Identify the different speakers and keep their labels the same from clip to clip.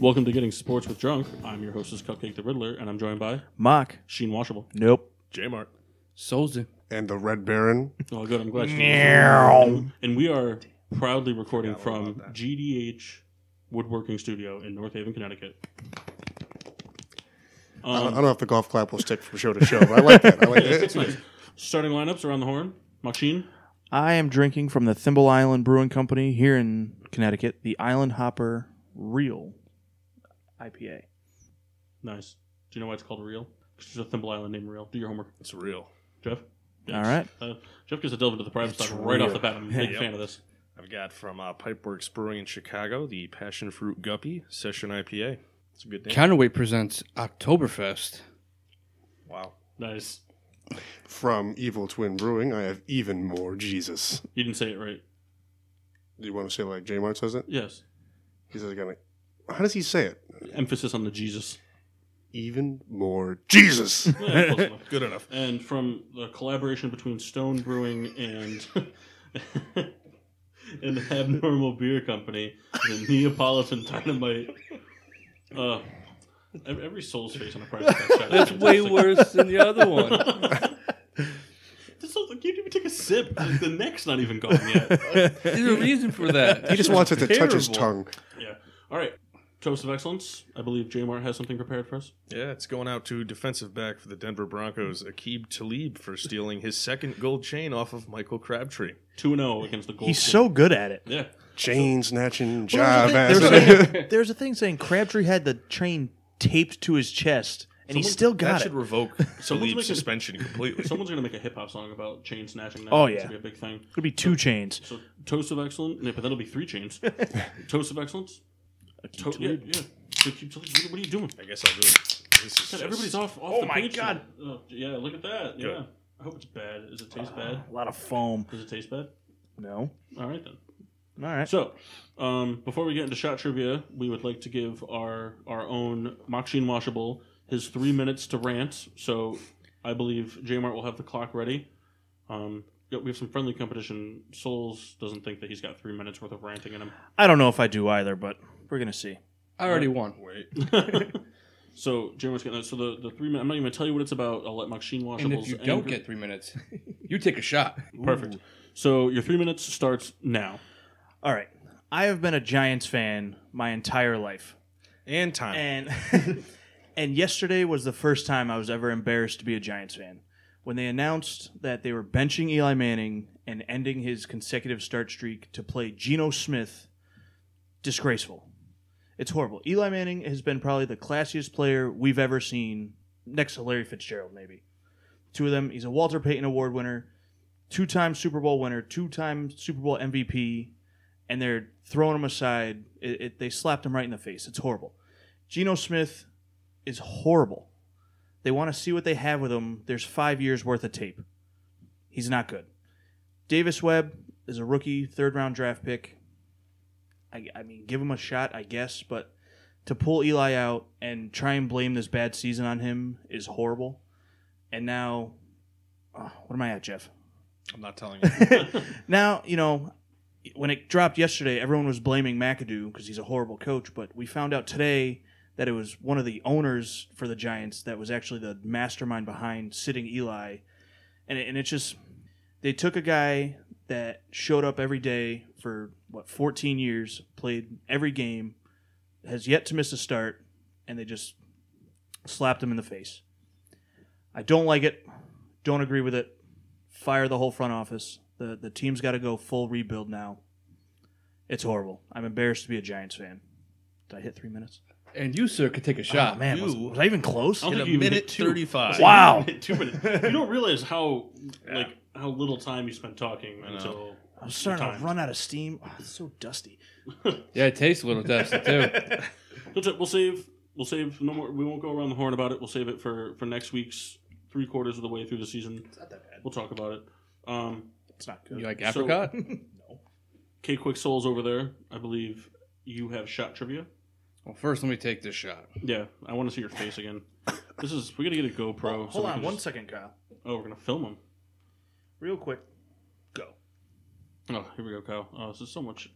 Speaker 1: Welcome to Getting Sports with Drunk. I'm your hostess, Cupcake the Riddler, and I'm joined by
Speaker 2: Mock.
Speaker 1: Sheen Washable.
Speaker 2: Nope.
Speaker 1: J Mart.
Speaker 3: Soldier.
Speaker 4: and the Red Baron.
Speaker 1: Oh, good. I'm glad you And we are proudly recording from GDH Woodworking Studio in North Haven, Connecticut.
Speaker 4: I don't- I
Speaker 1: Um,
Speaker 4: don't know if the golf clap will stick from show to show, but I like that. I like
Speaker 1: it's
Speaker 4: that.
Speaker 1: nice. Starting lineups around the horn. Machine.
Speaker 2: I am drinking from the Thimble Island Brewing Company here in Connecticut, the Island Hopper Real IPA.
Speaker 1: Nice. Do you know why it's called Real? Because there's a Thimble Island named Real. Do your homework.
Speaker 5: It's real.
Speaker 1: Jeff?
Speaker 2: All right.
Speaker 1: Uh, Jeff gets to delve into the private
Speaker 5: It's
Speaker 1: stuff right off
Speaker 5: real.
Speaker 1: the bat. I'm a big
Speaker 5: Yep.
Speaker 1: fan of this.
Speaker 5: I've got from uh, Pipeworks Brewing in Chicago the Passion Fruit Guppy Session IPA. It's a good name.
Speaker 3: Counterweight presents Oktoberfest.
Speaker 5: wow.
Speaker 1: Nice.
Speaker 4: From Evil Twin Brewing, I have even more Jesus.
Speaker 1: You didn't say it right.
Speaker 4: Do you want to say like J Mart says it?
Speaker 1: Yes.
Speaker 4: He says it kind of like, how does he say it?
Speaker 1: Emphasis on the Jesus.
Speaker 4: Even more Jesus.
Speaker 1: Yeah, close enough.
Speaker 5: Good enough.
Speaker 1: and from the collaboration between Stone Brewing and and the Abnormal Beer Company, the Neapolitan Dynamite. Uh, ev- every soul's face on a private chat. is
Speaker 3: That's way
Speaker 1: fantastic.
Speaker 3: worse than the other one.
Speaker 1: This sounds like you didn't even take a sip. Like, the neck's not even gone yet.
Speaker 3: There's a reason for that.
Speaker 4: he just wants it to touch his
Speaker 3: Terrible.
Speaker 4: tongue.
Speaker 1: Yeah. All right. Toast of excellence. I believe Jamar has something prepared for us.
Speaker 5: Yeah, it's going out to defensive back for the Denver Broncos, Akib Talib, for stealing his second gold chain off of Michael Crabtree.
Speaker 1: Two and zero against the Gold.
Speaker 2: He's
Speaker 1: State.
Speaker 2: so good at it.
Speaker 1: yeah.
Speaker 4: Chain snatching,
Speaker 2: Well,
Speaker 4: job
Speaker 2: there's, a
Speaker 4: ass.
Speaker 2: thing, there's a thing- there's a thing saying Crabtree had the train taped to his chest, and he
Speaker 1: Someone-
Speaker 2: still
Speaker 5: That
Speaker 2: got it.
Speaker 5: should revoke
Speaker 1: make
Speaker 5: Talib's
Speaker 1: a-
Speaker 5: suspension completely.
Speaker 1: Someone's gonna make a hip hop song about chain snatching. Now.
Speaker 2: Oh,
Speaker 1: It's
Speaker 2: yeah.
Speaker 1: gonna be a big thing.
Speaker 2: It'd be two chains.
Speaker 1: So toast of excellence, no, but that'll be three chains. toast of excellence. To- yeah, yeah. So keep- so what are you doing?
Speaker 5: I guess I'll do it. This is
Speaker 1: God,
Speaker 5: just-
Speaker 1: everybody's off. off
Speaker 2: Oh
Speaker 1: the
Speaker 2: my
Speaker 1: page
Speaker 2: God.
Speaker 1: now. Oh, yeah, look at that. Yeah.
Speaker 5: Good.
Speaker 1: I hope it's bad. Does it taste bad?
Speaker 2: A lot of foam.
Speaker 1: Does it taste bad?
Speaker 2: No.
Speaker 1: All right then.
Speaker 2: All right.
Speaker 1: So, um, before we get into shot trivia, we would like to give our our own Machine Washable his three minutes to rant. So, I believe Jmart will have the clock ready. Um, yeah, we have some friendly competition. Souls doesn't think that he's got three minutes worth of ranting in him.
Speaker 2: I don't know if I do either, but we're gonna see.
Speaker 3: I already won.
Speaker 5: Wait.
Speaker 1: so Jeremy's getting that. So the, the three minute. I'm not even gonna tell you what it's about. I'll let Machine Washables.
Speaker 3: And if you don't
Speaker 1: anger-
Speaker 3: get three minutes, you take a shot.
Speaker 1: perfect. So your three minutes starts now.
Speaker 2: All right. I have been a Giants fan my entire life.
Speaker 5: And time.
Speaker 2: and and yesterday was the first time I was ever embarrassed to be a Giants fan when they announced that they were benching Eli Manning and ending his consecutive start streak to play Geno Smith. Disgraceful. It's horrible. Eli Manning has been probably the classiest player we've ever seen, next to Larry Fitzgerald, maybe. Two of them. He's a Walter Payton Award winner, two-time Super Bowl winner, two-time Super Bowl MVP, and they're throwing him aside. It, it, they slapped him right in the face. It's horrible. Geno Smith is horrible. They want to see what they have with him. There's five years worth of tape. He's not good. Davis Webb is a rookie, third round draft pick. I, I mean, give him a shot, I guess, but to pull Eli out and try and blame this bad season on him is horrible. And now, oh, what am I at, Jeff?
Speaker 5: I'm not telling you.
Speaker 2: now you know when it dropped yesterday everyone was blaming mcadoo because he's a horrible coach but we found out today that it was one of the owners for the giants that was actually the mastermind behind sitting eli and it, and it's just they took a guy that showed up every day for what 14 years played every game has yet to miss a start and they just slapped him in the face i don't like it don't agree with it fire the whole front office. The the team's got to go full rebuild now. It's horrible. I'm embarrassed to be a Giants fan. Did I hit three minutes?
Speaker 3: And you, sir, could take a shot.
Speaker 2: Oh, man, was, was I even close?
Speaker 1: I don't
Speaker 5: In
Speaker 1: think
Speaker 5: a
Speaker 1: you even
Speaker 5: minute
Speaker 1: hit two.
Speaker 5: 35.
Speaker 2: Wow.
Speaker 1: two minutes. You don't realize how like how little time you spent talking until.
Speaker 2: I'm starting
Speaker 1: timed.
Speaker 2: to run out of steam. Oh, it's so dusty.
Speaker 3: Yeah, it tastes a little dusty, too.
Speaker 1: That's it. We'll save. We'll save. No more. We won't go around the horn about it. We'll save it for for next week's three quarters of the way through the season. It's not that bad. We'll talk about it. Um,
Speaker 2: It's not
Speaker 3: You
Speaker 2: good.
Speaker 3: like
Speaker 1: So-
Speaker 3: apricot?
Speaker 1: K Quick Souls over there. I believe you have shot trivia.
Speaker 3: Well, first, let me take this shot.
Speaker 1: Yeah, I want to see your face again. This is we gotta get a GoPro. so
Speaker 2: Hold
Speaker 1: we
Speaker 2: on
Speaker 1: can
Speaker 2: one
Speaker 1: just-
Speaker 2: second, Kyle.
Speaker 1: Oh, we're gonna film them.
Speaker 2: Real quick. Go.
Speaker 1: Oh, here we go, Kyle. Oh, this is so much.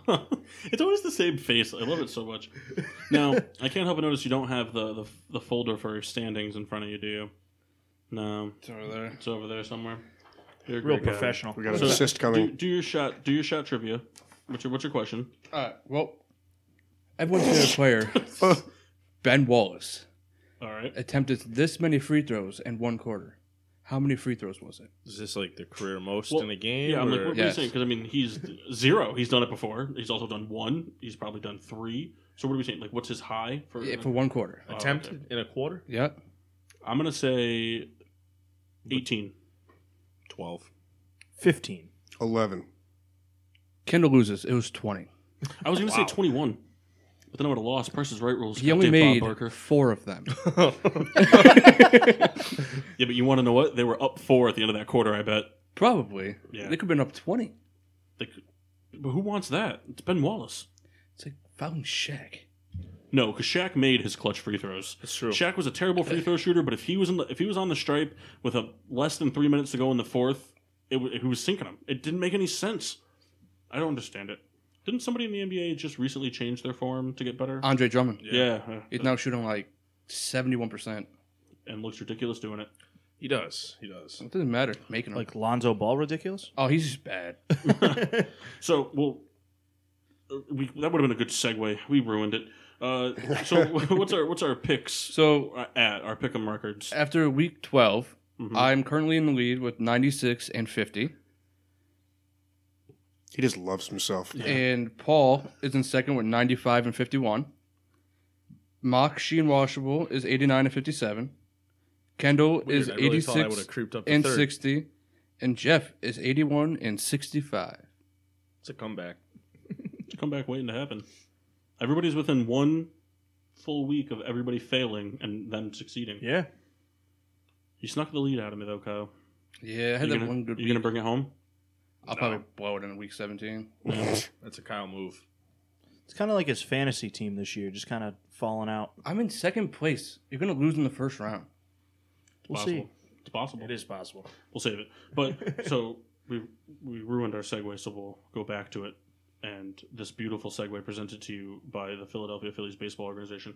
Speaker 1: it's always the same face. I love it so much. Now, I can't help but notice you don't have the, the, the folder for standings in front of you, do you? No,
Speaker 3: It's over there.
Speaker 1: it's over there somewhere. You're a
Speaker 2: Real
Speaker 1: great guy.
Speaker 2: professional.
Speaker 4: We got
Speaker 1: So,
Speaker 4: an assist
Speaker 1: Do,
Speaker 4: coming.
Speaker 1: do your shot. Do your shot trivia. What's your What's your question?
Speaker 3: All right. Well, everyone's favorite player, Ben Wallace,
Speaker 1: All right.
Speaker 3: attempted this many free throws in one quarter. How many free throws was it?
Speaker 5: Is this like the career most
Speaker 1: Well,
Speaker 5: in a game?
Speaker 1: Yeah, I'm like,
Speaker 5: or-
Speaker 1: what are you
Speaker 3: Yes.
Speaker 1: saying? Because I mean, he's zero. He's done it before. He's also done one. He's probably done three. So what are we saying? Like, what's his high for?
Speaker 3: Yeah, for one quarter.
Speaker 1: Oh, okay.
Speaker 5: attempted in a quarter?
Speaker 3: Yep.
Speaker 1: I'm gonna say eighteen.
Speaker 5: 12.
Speaker 2: 15.
Speaker 4: 11.
Speaker 3: Kendall loses. It was 20.
Speaker 1: I was gonna say twenty-one, but then I would have lost. Price is Right rules.
Speaker 3: He only
Speaker 1: Goddamn
Speaker 3: made
Speaker 1: Bob Barker.
Speaker 3: four of them.
Speaker 1: Yeah, but you want to know what? They were up four at the end of that quarter. I bet.
Speaker 3: Probably.
Speaker 1: Yeah.
Speaker 3: They could have been up 20.
Speaker 1: They could, but who wants that? It's Ben Wallace.
Speaker 3: It's like fouling Shaq.
Speaker 1: No, because Shaq made his clutch free throws.
Speaker 5: That's true.
Speaker 1: Shaq was a terrible free throw shooter, but if he was in the, if he was on the stripe with a less than three minutes to go in the fourth, it, wa- he was sinking them. It didn't make any sense. I don't understand it. Didn't somebody in the NBA just recently change their form to get better?
Speaker 3: Andre Drummond.
Speaker 1: yeah, uh,
Speaker 3: He's now shooting like 71%.
Speaker 1: and looks ridiculous doing it.
Speaker 5: He does. He does.
Speaker 3: It doesn't matter. Making him.
Speaker 2: Like Lonzo Ball ridiculous?
Speaker 3: oh, he's just bad.
Speaker 1: So, well, uh, we, that would have been a good segue. We ruined it. Uh, so, what's our what's our picks
Speaker 3: So
Speaker 1: uh, at our pick'em records?
Speaker 3: after week 12,
Speaker 1: Mhm.
Speaker 3: I'm currently in the lead with 96 and 50.
Speaker 4: He just loves himself.
Speaker 3: And Paul is in second with 95 and 51. Mock Sheen Washable is 89 and 57. Kendall is
Speaker 5: Weird, I really thought I would
Speaker 3: 86
Speaker 5: have creeped up to
Speaker 3: and
Speaker 5: third.
Speaker 3: 60. And Jeff is 81 and 65.
Speaker 5: It's a comeback.
Speaker 1: come back waiting to happen. Everybody's within one full week of everybody failing and them succeeding.
Speaker 2: Yeah.
Speaker 1: You snuck the lead out of me though, Kyle.
Speaker 3: Yeah, I
Speaker 1: You
Speaker 3: had that
Speaker 1: gonna,
Speaker 3: one good
Speaker 1: you
Speaker 3: week.
Speaker 1: gonna bring it home?
Speaker 3: I'll probably blow it in week 17.
Speaker 5: That's a Kyle move.
Speaker 2: It's kind of like his fantasy team this year, just kind of falling out.
Speaker 3: I'm in second place. You're going to lose in the first round.
Speaker 1: It's
Speaker 2: We'll
Speaker 1: possible.
Speaker 2: see.
Speaker 1: It's possible.
Speaker 2: is possible.
Speaker 1: We'll save it. But so we we ruined our segue, so we'll go back to it. And this beautiful segue presented to you by the Philadelphia Phillies baseball organization.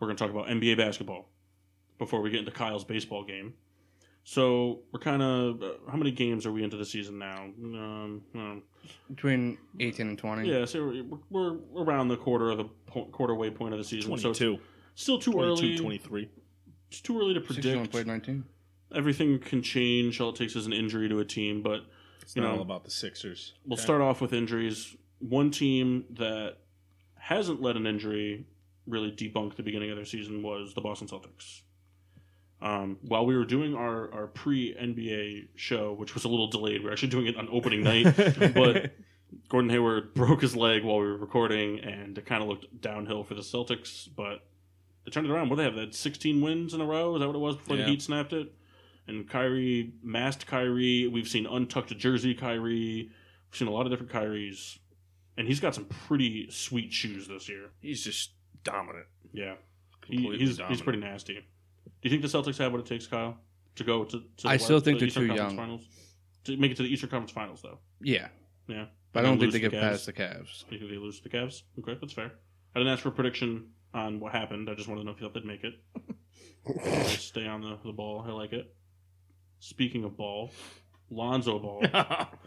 Speaker 1: We're going to talk about NBA basketball before we get into Kyle's baseball game. So we're kind of how many games are we into the season now? Um, um,
Speaker 3: Between 18 and 20.
Speaker 1: Yeah, so we're, we're around the quarter of the po- quarter way point of the season. So it's
Speaker 5: 22.
Speaker 1: still too
Speaker 5: 22,
Speaker 1: early.
Speaker 5: 23.
Speaker 1: It's too early to
Speaker 3: 61
Speaker 1: predict.
Speaker 3: played 19.
Speaker 1: Everything can change. All it takes is an injury to a team. But
Speaker 5: It's
Speaker 1: You
Speaker 5: not
Speaker 1: know,
Speaker 5: all about the Sixers.
Speaker 1: we'll
Speaker 5: Okay?
Speaker 1: start off with injuries. One team that hasn't let an injury really debunk the beginning of their season was the Boston Celtics. Um, while we were doing our, our pre NBA show, which was a little delayed, we were actually doing it on opening night, but Gordon Hayward broke his leg while we were recording, and it kind of looked downhill for the Celtics, but they turned it around. What do they have? They had 16 wins in a row. Is that what it was before
Speaker 3: Yeah.
Speaker 1: the Heat snapped it? And Kyrie masked Kyrie. We've seen untucked jersey Kyrie. We've seen a lot of different Kyries, and he's got some pretty sweet shoes this year.
Speaker 5: He's just dominant.
Speaker 1: Yeah, he,
Speaker 5: Completely
Speaker 1: he's
Speaker 5: dominant.
Speaker 1: he's pretty nasty. Do you think the Celtics have what it takes, Kyle, to go to? to the
Speaker 3: I
Speaker 1: West-
Speaker 3: still think
Speaker 1: the
Speaker 3: they're
Speaker 1: Eastern
Speaker 3: too
Speaker 1: Conference
Speaker 3: young.
Speaker 1: Finals? To make it to the Eastern Conference Finals, though,
Speaker 3: Yeah.
Speaker 1: yeah.
Speaker 3: But
Speaker 1: They're
Speaker 3: I don't
Speaker 1: gonna
Speaker 3: think they
Speaker 1: lose to
Speaker 3: get
Speaker 1: the Cavs.
Speaker 3: past the Cavs.
Speaker 1: Do you think they lose to the Cavs? Okay, that's fair. I didn't ask for a prediction on what happened. I just wanted to know if you thought they'd make it. Stay on the, the ball. I like it. Speaking of ball, Lonzo Ball.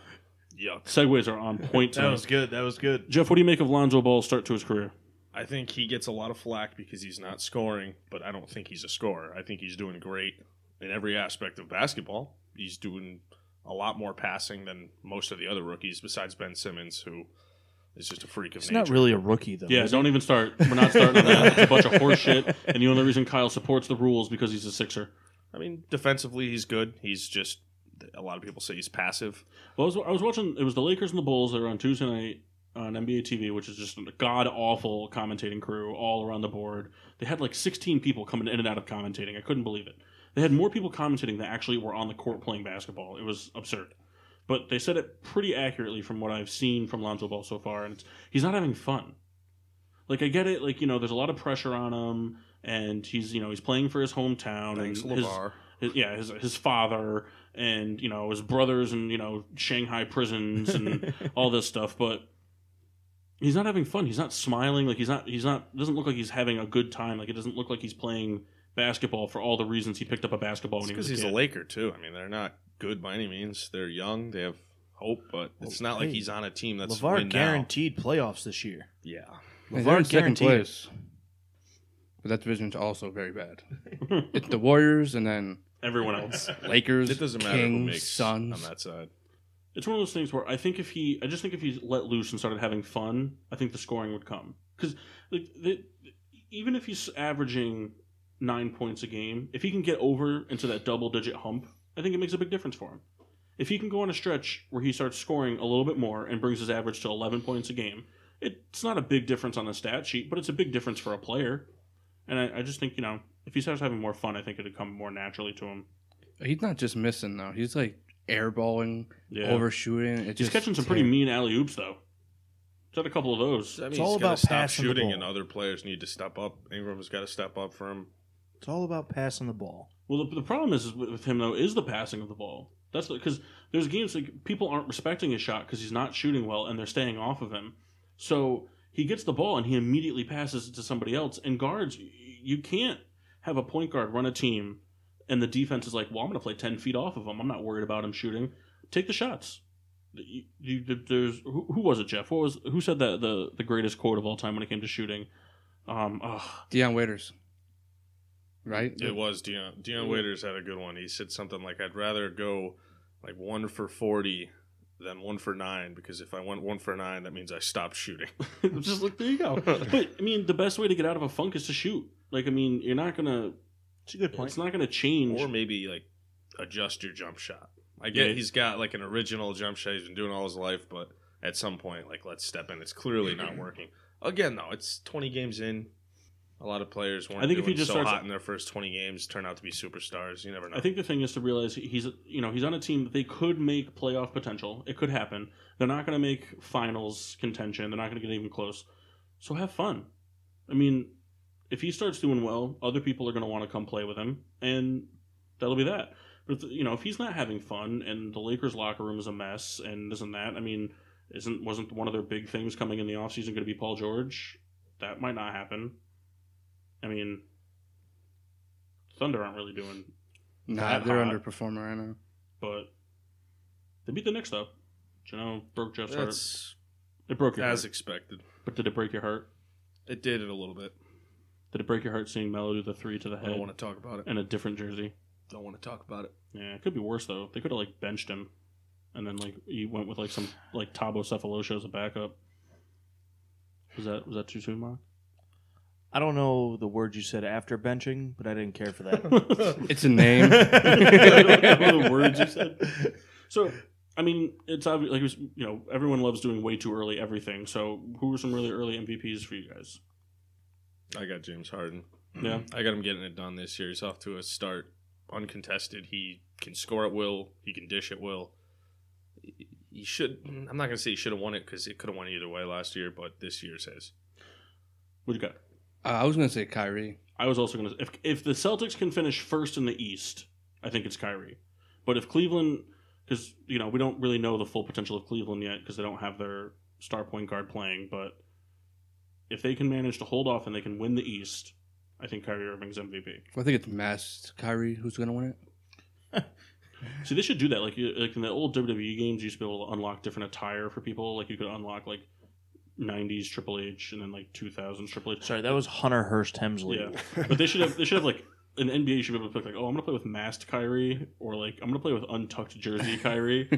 Speaker 5: Yuck.
Speaker 1: Segways are on point
Speaker 2: That
Speaker 1: tonight.
Speaker 2: was good. That was good.
Speaker 1: Jeff, what do you make of Lonzo Ball's start to his career?
Speaker 5: I think he gets a lot of flack because he's not scoring, but I don't think he's a scorer. I think he's doing great in every aspect of basketball. He's doing a lot more passing than most of the other rookies, besides Ben Simmons, who is just a freak of
Speaker 2: It's
Speaker 5: nature.
Speaker 2: not really a rookie, though.
Speaker 1: Yeah,
Speaker 2: is
Speaker 1: don't even start. We're not starting on that. It's a bunch of horseshit. And the only reason Kyle supports the rules because he's a Sixer.
Speaker 5: I mean, defensively, he's good. He's just a lot of people say he's passive.
Speaker 1: Well, I was, I was watching. It was the Lakers and the Bulls that were on Tuesday night on NBA TV, which is just a god awful commentating crew all around the board. They had like 16 people coming in and out of commentating. I couldn't believe it. They had more people commentating that actually were on the court playing basketball. It was absurd. But they said it pretty accurately from what I've seen from Lonzo Ball so far, and it's, he's not having fun. Like I get it, like you know, there's a lot of pressure on him, and he's you know he's playing for his hometown
Speaker 5: Thanks,
Speaker 1: and his,
Speaker 5: LeVar.
Speaker 1: his, yeah, his, his father and you know his brothers and you know Shanghai prisons and all this stuff. But he's not having fun. He's not smiling. Like he's not he's not doesn't look like he's having a good time. Like it doesn't look like he's playing basketball for all the reasons he picked up a basketball when he
Speaker 5: because
Speaker 1: was a
Speaker 5: he's
Speaker 1: kid.
Speaker 5: a Laker too. I mean, they're not good by any means. They're young. They have hope, but it's not like
Speaker 2: Oh, hey,
Speaker 5: he's on a team that's
Speaker 2: LeVar
Speaker 5: win now.
Speaker 2: guaranteed playoffs this year.
Speaker 5: Yeah,
Speaker 3: Hey, they're in
Speaker 2: LeVar
Speaker 3: second
Speaker 2: guaranteed. it.
Speaker 3: place. But that division's also very bad. it's the Warriors and then
Speaker 1: Everyone else.
Speaker 3: Lakers.
Speaker 5: it doesn't matter
Speaker 3: Kings,
Speaker 5: who makes
Speaker 3: Suns.
Speaker 5: on that side.
Speaker 1: it's one of those things where I think if he, I just think if he let loose and started having fun, I think the scoring would come. Because like, the, even if he's averaging nine points a game, if he can get over into that double digit hump, I think it makes a big difference for him. If he can go on a stretch where he starts scoring a little bit more and brings his average to 11 points a game, it's not a big difference on the stat sheet, but it's a big difference for a player. And I, I just think, you know, if he starts having more fun, I think it'd come more naturally to him.
Speaker 3: He's not just missing though. He's like airballing,
Speaker 1: Yeah.
Speaker 3: overshooting. It's
Speaker 1: He's
Speaker 3: just
Speaker 1: catching some pretty mean alley oops though. He's had a couple of those.
Speaker 5: I mean,
Speaker 2: It's all
Speaker 5: he's gotta
Speaker 2: about
Speaker 5: stop
Speaker 2: passing the
Speaker 5: shooting,
Speaker 2: ball.
Speaker 5: and other players need to step up. Ingram's got to step up for him.
Speaker 2: It's all about passing the ball.
Speaker 1: Well, the, the problem is, is with with him though is the passing of the ball. That's because there's games like people aren't respecting his shot because he's not shooting well and they're staying off of him. So he gets the ball and he immediately passes it to somebody else. And guards, y- you can't have a point guard run a team and the defense is like, well, I'm going to play ten feet off of him. I'm not worried about him shooting. Take the shots. You, you, there's who, who was it, Jeff? What was who said that the the greatest quote of all time when it came to shooting? Um, ugh.
Speaker 3: Deion Waiters. Right?
Speaker 5: It was Deion. Deion Waiters had a good one. He said something like, "I'd rather go like one for forty than one for nine because if I went one for nine, that means I stopped shooting."
Speaker 1: just like there you go. But I mean, the best way to get out of a funk is to shoot. Like I mean, you're not gonna.
Speaker 2: It's a good point.
Speaker 1: It's not gonna change.
Speaker 5: or maybe like adjust your jump shot. I get
Speaker 1: Yeah.
Speaker 5: he's got like an original jump shot he's been doing all his life, but at some point, like let's step in. It's clearly
Speaker 1: Mm-hmm.
Speaker 5: not working. Again, though, it's 20 games in. A lot of players weren't
Speaker 1: I think
Speaker 5: doing
Speaker 1: if he just
Speaker 5: so
Speaker 1: starts-
Speaker 5: hot in their first 20 games, turn out to be superstars. You never know.
Speaker 1: I think the thing is to realize he- he's you know he's on a team that they could make playoff potential. It could happen. They're not gonna make finals contention. They're not gonna get even close. So have fun. I mean, if he starts doing well, other people are gonna want to come play with him, and that'll be that. But if- you know, if he's not having fun and the Lakers locker room is a mess and this and that, I mean, isn't wasn't one of their big things coming in the offseason going to be Paul George? That might not happen. I mean, Thunder aren't really doing,
Speaker 3: Nah,
Speaker 1: That
Speaker 3: they're
Speaker 1: hot.
Speaker 3: underperforming right now.
Speaker 1: but they beat the Knicks up. You know, broke Jeff's heart.
Speaker 5: that's
Speaker 1: It broke your
Speaker 5: as
Speaker 1: heart.
Speaker 5: expected.
Speaker 1: But did it break your heart?
Speaker 5: It did it a little bit.
Speaker 1: Did it break your heart seeing Melo do the three to the
Speaker 5: I don't
Speaker 1: head
Speaker 5: want to talk about it.
Speaker 1: and a different jersey?
Speaker 5: Don't want to talk about it.
Speaker 1: Yeah, it could be worse though. They could have like benched him, and then like you went with like some like Tabo Cephalosha as a backup. Was that was that too soon, Mark?
Speaker 2: I don't know the word you said after benching, but I didn't care for that.
Speaker 3: It's a name. Uh,
Speaker 1: the words you said. So, I mean, it's obvious. Like, it was, you know, everyone loves doing way too early everything. So, who were some really early MVPs for you guys?
Speaker 5: I got James Harden.
Speaker 1: Yeah.
Speaker 5: Mm-hmm. I got him getting it done this year. He's off to a start uncontested. He can score at will. He can dish at will. He should. I'm not gonna say he should have won it because it could have won either way last year, but this year's his.
Speaker 1: What you got?
Speaker 3: Uh, I was gonna say Kyrie.
Speaker 1: I was also going to. If if the Celtics can finish first in the East, I think it's Kyrie. But if Cleveland, because you know we don't really know the full potential of Cleveland yet because they don't have their star point guard playing. But if they can manage to hold off and they can win the East, I think Kyrie Irving's MVP.
Speaker 3: I think it's Mass Kyrie who's gonna win it.
Speaker 1: See, they should do that. Like, you, like in the old WWE games, you used to be able to unlock different attire for people. Like, you could unlock like '90s Triple H and then like 2000s Triple H.
Speaker 2: Sorry, that was Hunter Hurst Hemsley.
Speaker 1: Yeah, but they should have. They should have like an NBA should be able to pick like, oh, I'm gonna play with masked Kyrie, or like I'm gonna play with untucked jersey Kyrie.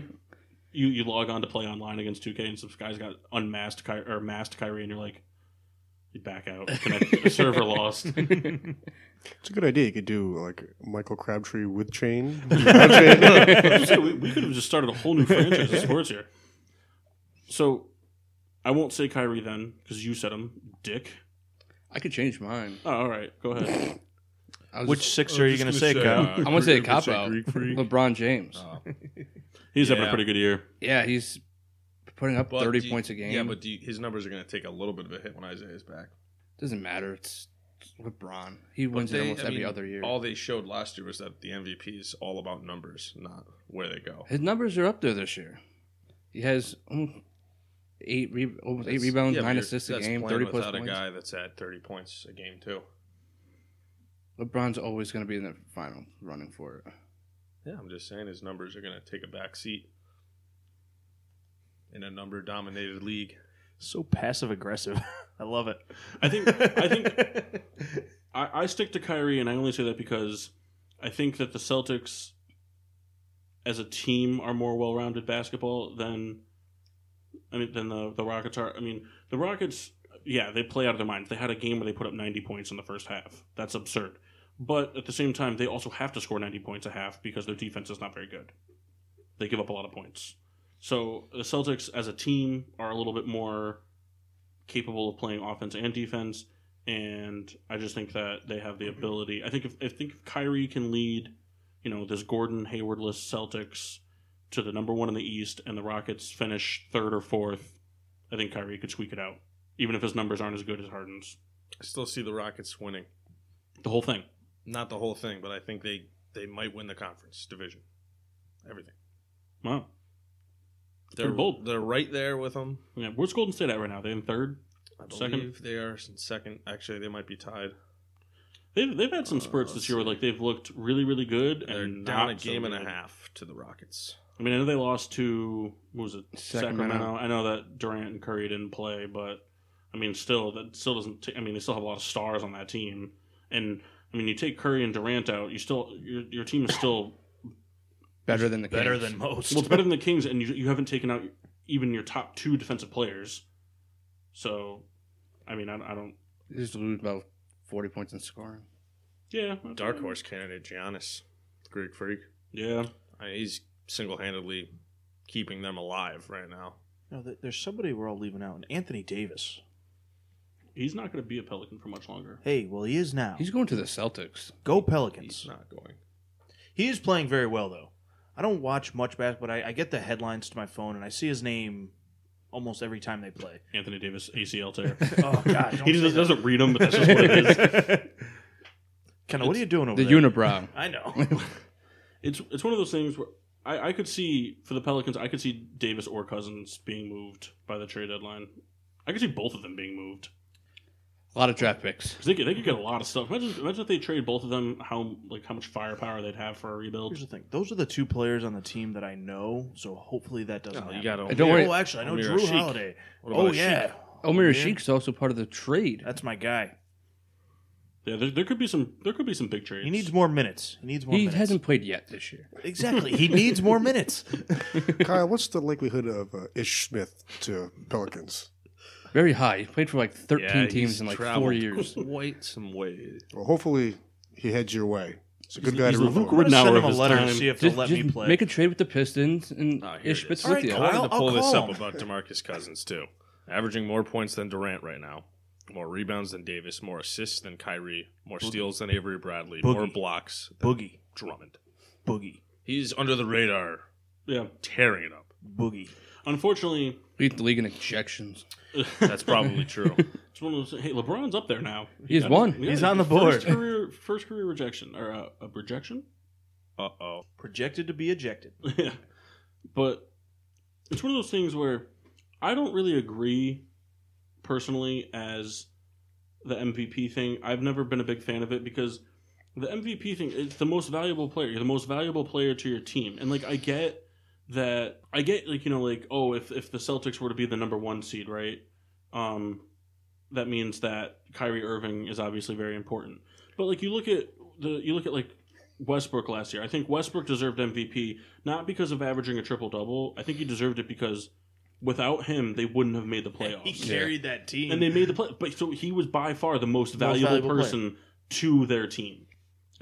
Speaker 1: you you log on to play online against 2K, and some guy's got unmasked Kyrie or masked Kyrie, and you're like, you back out. Connect- server lost.
Speaker 4: It's a good idea. You could do like Michael Crabtree with chain.
Speaker 1: I was gonna say, we, we could have just started a whole new franchise of sports here. So, I won't say Kyrie then because you said him, Dick.
Speaker 3: I could change mine.
Speaker 1: Oh, all right, go ahead.
Speaker 3: I was
Speaker 2: Which
Speaker 3: Oh, just-
Speaker 2: six are you going to say, Kyle?
Speaker 3: I'm gonna say uh, a cop out. LeBron James.
Speaker 5: Oh. Uh,
Speaker 1: He's having a
Speaker 5: Yeah.
Speaker 1: pretty good year.
Speaker 3: yeah, he's putting up thirty points a game.
Speaker 5: Yeah, but do you- his numbers are gonna take a little bit of a hit when Isaiah's back.
Speaker 3: doesn't matter. It's LeBron. He
Speaker 5: But
Speaker 3: wins it
Speaker 5: they-
Speaker 3: almost
Speaker 5: I
Speaker 3: every
Speaker 5: mean,
Speaker 3: other year.
Speaker 5: All they showed last year was that the MVP is all about numbers, not where they go.
Speaker 3: His numbers are up there this year. He has mm, eight re- almost eight
Speaker 5: That's-
Speaker 3: rebounds,
Speaker 5: yeah, but
Speaker 3: nine
Speaker 5: you're-
Speaker 3: assists a
Speaker 5: that's
Speaker 3: game,
Speaker 5: playing
Speaker 3: thirty plus
Speaker 5: without
Speaker 3: points.
Speaker 5: a guy that's at thirty points a game too.
Speaker 3: LeBron's always going to be in the final running for it.
Speaker 5: Yeah, I'm just saying his numbers are going to take a back seat in a number dominated league.
Speaker 2: So passive aggressive. I love it.
Speaker 1: I think I think I, I stick to Kyrie, and I only say that because I think that the Celtics, as a team, are more well-rounded basketball than I mean than the the Rockets are. I mean the Rockets, yeah, they play out of their minds. They had a game where they put up ninety points in the first half. That's absurd. But at the same time, they also have to score ninety points a half because their defense is not very good. They give up a lot of points. So the Celtics, as a team, are a little bit more capable of playing offense and defense. And I just think that they have the ability. I think if I think if Kyrie can lead, you know, this Gordon Haywardless Celtics to the number one in the East, and the Rockets finish third or fourth, I think Kyrie could squeak it out, even if his numbers aren't as good as Harden's.
Speaker 5: I still see the Rockets winning.
Speaker 1: The whole thing.
Speaker 5: Not the whole thing, but I think they, they might win the conference division. Everything.
Speaker 1: Wow.
Speaker 5: They're
Speaker 1: Pretty bold.
Speaker 5: They're right there with them.
Speaker 1: Yeah, where's Golden State at right now? They're in third.
Speaker 5: I
Speaker 1: Second.
Speaker 5: believe they are in second. Actually, they might be tied.
Speaker 1: They've, they've had some
Speaker 5: Uh,
Speaker 1: spurts
Speaker 5: let's
Speaker 1: this year where like they've looked really really good
Speaker 5: They're
Speaker 1: and
Speaker 5: down
Speaker 1: not
Speaker 5: a
Speaker 1: so
Speaker 5: game and a
Speaker 1: good.
Speaker 5: half to the Rockets.
Speaker 1: I mean, I know they lost to what was it
Speaker 3: Sacramento.
Speaker 1: Sacramento. I know that Durant and Curry didn't play, but I mean, still that still doesn't. T- I mean, they still have a lot of stars on that team, and I mean, you take Curry and Durant out, you still your your team is still
Speaker 3: Better than the
Speaker 2: Better
Speaker 3: Kings.
Speaker 2: than most.
Speaker 1: well, it's better than the Kings, and you you haven't taken out even your top two defensive players. So, I mean, I, I don't.
Speaker 3: They just lose about forty points in scoring.
Speaker 1: Yeah,
Speaker 5: Dark horse candidate Giannis, Greek freak.
Speaker 1: Yeah,
Speaker 5: I mean, he's single handedly keeping them alive right now.
Speaker 2: No, th- there's somebody we're all leaving out, and Anthony Davis.
Speaker 1: he's not going to be a Pelican for much longer.
Speaker 2: Hey, well, he is now.
Speaker 3: He's going to the Celtics.
Speaker 2: Go
Speaker 5: He's
Speaker 2: Pelicans.
Speaker 5: not going.
Speaker 2: He is playing very well, though. I don't watch much basketball, but I, I get the headlines to my phone, and I see his name almost every time they play.
Speaker 1: Anthony Davis ACL tear.
Speaker 2: Oh, God.
Speaker 1: he just doesn't read them, but that's just what it is.
Speaker 2: Kenna, what are you doing over
Speaker 3: The
Speaker 2: there?
Speaker 3: unibrow.
Speaker 2: I know.
Speaker 1: It's it's one of those things where I, I could see for the Pelicans, I could see Davis or Cousins being moved by the trade deadline. I could see both of them being moved
Speaker 3: A lot of draft picks.
Speaker 1: 'Cause they could, they could get a lot of stuff. Imagine, imagine if they trade both of them, how like how much firepower they'd have for a
Speaker 2: Here's
Speaker 1: rebuild.
Speaker 2: the thing. Those are the two players on the team that I know, so hopefully that doesn't
Speaker 5: No,
Speaker 2: happen.
Speaker 5: you got
Speaker 3: Don't worry.
Speaker 2: Oh, actually, I know
Speaker 5: Amir
Speaker 2: Drew
Speaker 5: Sheik.
Speaker 2: Holiday.
Speaker 5: What about
Speaker 2: Oh,
Speaker 5: Sheik?
Speaker 2: yeah.
Speaker 3: Omer
Speaker 2: Yeah.
Speaker 3: Sheik's also part of the trade.
Speaker 2: That's my guy.
Speaker 1: Yeah, there, there could be some there could be some big trades.
Speaker 2: He needs more minutes. He needs more
Speaker 3: He
Speaker 2: minutes.
Speaker 3: hasn't played yet this year.
Speaker 2: Exactly. He needs more minutes.
Speaker 4: Kyle, what's the likelihood of uh, Ish Smith to Pelicans?
Speaker 3: Very high. He played for like thirteen
Speaker 5: Yeah,
Speaker 3: teams
Speaker 5: he's
Speaker 3: in like four
Speaker 5: traveled
Speaker 3: years.
Speaker 5: Quite some ways.
Speaker 4: Well, hopefully he heads your way. He's a good
Speaker 1: He's-
Speaker 4: guy to
Speaker 1: he's
Speaker 4: root
Speaker 1: Luke
Speaker 4: for.
Speaker 2: I'm gonna
Speaker 1: Ridnour
Speaker 2: send
Speaker 1: of
Speaker 2: him a
Speaker 1: his
Speaker 2: letter
Speaker 1: time.
Speaker 2: to see if
Speaker 3: Just,
Speaker 2: they'll let
Speaker 3: just
Speaker 2: me play. Oh,
Speaker 3: make a trade with the Pistons and
Speaker 5: Ah, here it
Speaker 3: Ish
Speaker 5: is.
Speaker 3: fits
Speaker 2: All
Speaker 3: with
Speaker 2: right,
Speaker 3: you.
Speaker 5: I wanted
Speaker 2: Kyle,
Speaker 5: to pull
Speaker 2: I'll
Speaker 5: this
Speaker 2: call
Speaker 5: up
Speaker 2: him.
Speaker 5: about Demarcus Cousins too, averaging more points than Durant right now, more rebounds than Davis, more assists than Kyrie, more steals than Avery Bradley, more
Speaker 2: Boogie.
Speaker 5: blocks than
Speaker 2: Boogie.
Speaker 5: Drummond.
Speaker 2: Boogie.
Speaker 5: He's under the radar,
Speaker 1: yeah,
Speaker 5: tearing it up.
Speaker 2: Boogie.
Speaker 1: unfortunately,
Speaker 3: Lead the league in ejections.
Speaker 5: That's probably true.
Speaker 1: it's one of those. Hey, LeBron's up there now.
Speaker 3: He's
Speaker 1: got-
Speaker 3: won.
Speaker 1: yeah,
Speaker 2: He's on the
Speaker 1: first
Speaker 2: board.
Speaker 1: career, first career rejection or uh, a rejection.
Speaker 5: Uh oh.
Speaker 2: Projected to be ejected.
Speaker 1: Yeah. But it's one of those things where I don't really agree personally as the MVP thing. I've never been a big fan of it because the MVP thing it's the most valuable player. You're the most valuable player to your team. And like I get that I get like you know like oh if if the Celtics were to be the number 1 seed, right? Um that means that Kyrie Irving is obviously very important. But like you look at the you look at like Westbrook last year. I think Westbrook deserved MVP not because of averaging a triple double. I think he deserved it because without him, they wouldn't have made the playoffs.
Speaker 2: carried that team.
Speaker 1: And they made the play, but so he was by far the most valuable,
Speaker 2: valuable player.
Speaker 1: person to their team.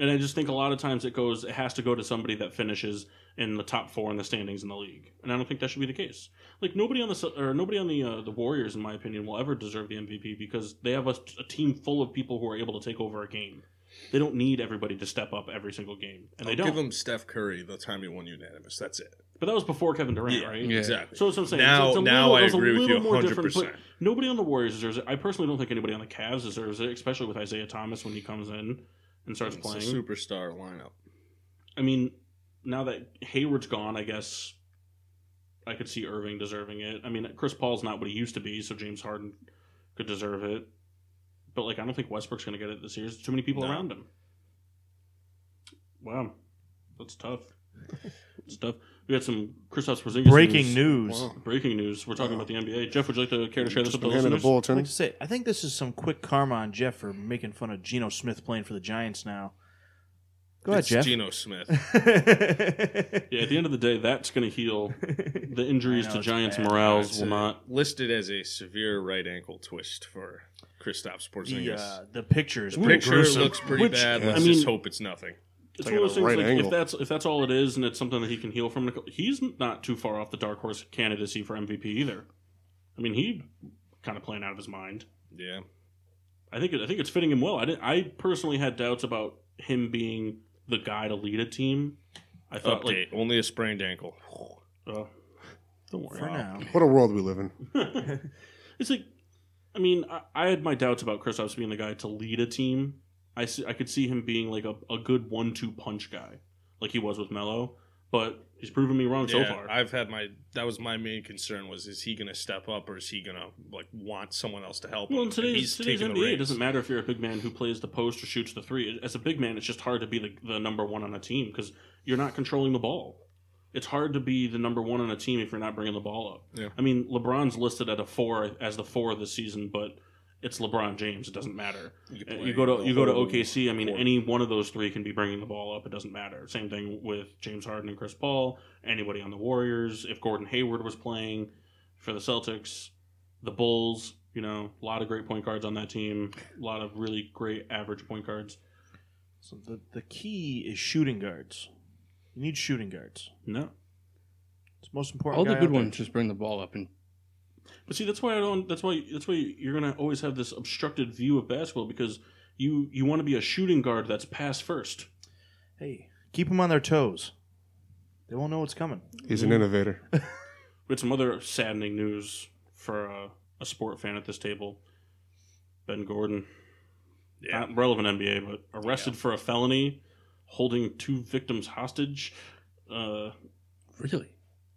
Speaker 1: And I just think a lot of times it goes, it has to go to somebody that finishes in the top four in the standings in the league, and I don't think that should be the case. Like nobody on the Cel- or nobody on the uh, the Warriors, in my opinion, will ever deserve the MVP because they have a, a team full of people who are able to take over a game. They don't need everybody to step up every single game, and they don't.
Speaker 5: Give him Steph Curry the time he won unanimous. That's it.
Speaker 1: but that was before Kevin Durant, right?
Speaker 3: Yeah.
Speaker 5: Exactly.
Speaker 1: So that's what I'm saying.
Speaker 5: Now-
Speaker 1: It's- it's a
Speaker 5: now
Speaker 1: little-
Speaker 5: I
Speaker 1: it's a
Speaker 5: agree with
Speaker 1: little
Speaker 5: you
Speaker 1: more different, but
Speaker 5: 100%.
Speaker 1: Nobody on the Warriors deserves it. I personally don't think anybody on the Cavs deserves it, especially with Isaiah Thomas when he comes in and starts
Speaker 5: it's a
Speaker 1: playing.
Speaker 5: superstar lineup.
Speaker 1: I mean, now that Hayward's gone, I guess I could see Irving deserving it. I mean, Chris Paul's not what he used to be, so James Harden could deserve it. But like, I don't think Westbrook's going to get it this year. There's too many people
Speaker 5: No.
Speaker 1: around him. Wow, that's tough. That's tough. We got some Kristaps Porzingis
Speaker 2: Breaking news.
Speaker 4: Wow.
Speaker 1: Breaking news. We're talking
Speaker 4: Wow.
Speaker 1: about the NBA. Jeff, would you like to care to share this with
Speaker 4: Just
Speaker 1: the
Speaker 4: banana
Speaker 1: listeners?
Speaker 4: bowl
Speaker 2: I'd like
Speaker 4: turning.
Speaker 2: to say, I think this is some quick karma on Jeff for making fun of Geno Smith playing for the Giants now. Go ahead,
Speaker 5: It's
Speaker 2: Jeff.
Speaker 5: Geno Smith.
Speaker 1: Yeah, at the end of the day, that's going to heal. The injuries
Speaker 2: I know,
Speaker 1: to
Speaker 2: it's
Speaker 1: Giants'
Speaker 2: bad.
Speaker 1: morales
Speaker 5: It's,
Speaker 1: will
Speaker 5: uh,
Speaker 1: not.
Speaker 5: listed as a severe right ankle twist for Kristaps
Speaker 2: the,
Speaker 5: Porzingis.
Speaker 2: uh, the picture is
Speaker 5: the
Speaker 2: pretty
Speaker 5: picture
Speaker 2: gruesome.
Speaker 5: looks pretty
Speaker 1: Which,
Speaker 5: bad.
Speaker 4: yeah.
Speaker 5: Let's
Speaker 1: I mean-
Speaker 5: just hope it's nothing.
Speaker 1: It's
Speaker 4: like
Speaker 1: one of those
Speaker 4: at a
Speaker 1: things.
Speaker 4: right
Speaker 1: like, if
Speaker 4: angle.
Speaker 1: that's if that's all it is, and it's something that he can heal from, he's not too far off the dark horse candidacy for MVP either. I mean, he kind of playing out of his mind.
Speaker 5: Yeah,
Speaker 1: I think it, I think it's fitting him well. I didn't, I personally had doubts about him being the guy to lead a team. I thought like,
Speaker 5: update only a sprained ankle.
Speaker 1: oh, don't worry.
Speaker 2: For now.
Speaker 4: What a world we live in.
Speaker 1: it's like, I mean, I, I had my doubts about Kristaps being the guy to lead a team. I see, I could see him being like a, a good one-two punch guy, like he was with Melo. But he's proven me wrong so
Speaker 5: Yeah,
Speaker 1: far.
Speaker 5: I've had my that was my main concern was is he going to step up or is he going to like want someone else to help?
Speaker 1: well,
Speaker 5: him?
Speaker 1: in
Speaker 5: And
Speaker 1: today's,
Speaker 5: he's
Speaker 1: today's
Speaker 5: taking the
Speaker 1: NBA, it
Speaker 5: reins.
Speaker 1: doesn't matter if you're a big man who plays the post or shoots the three. As a big man, it's just hard to be the, the number one on a team because you're not controlling the ball. It's hard to be the number one on a team if you're not bringing the ball up.
Speaker 5: Yeah.
Speaker 1: I mean, LeBron's listed at a four as the four of the season, but it's LeBron James. It doesn't matter.
Speaker 5: You
Speaker 1: Uh,
Speaker 5: can
Speaker 1: You
Speaker 5: play
Speaker 1: go to
Speaker 5: the
Speaker 1: you go to
Speaker 5: whole
Speaker 1: OKC. I mean,
Speaker 5: court.
Speaker 1: any one of those three can be bringing the ball up. It doesn't matter. Same thing with James Harden and Chris Paul. Anybody on the Warriors. If Gordon Hayward was playing for the Celtics, the Bulls. You know, a lot of great point guards on that team. A lot of really great average point guards.
Speaker 2: So the, the key is shooting guards. You need shooting guards.
Speaker 1: No,
Speaker 2: It's the most important.
Speaker 3: All the
Speaker 2: guy
Speaker 3: good
Speaker 2: out there.
Speaker 3: ones just bring the ball up and
Speaker 1: but see, that's why I don't. That's why that's why you're gonna always have this obstructed view of basketball because you you want to be a shooting guard that's pass first.
Speaker 2: Hey, keep them on their toes. They won't know what's coming.
Speaker 4: He's
Speaker 1: Mm.
Speaker 4: an innovator.
Speaker 1: We had some other saddening news for uh, a sport fan at this table. Ben Gordon,
Speaker 5: Yeah.
Speaker 1: not relevant NBA, but arrested for a felony, holding two victims hostage. Uh,
Speaker 3: really.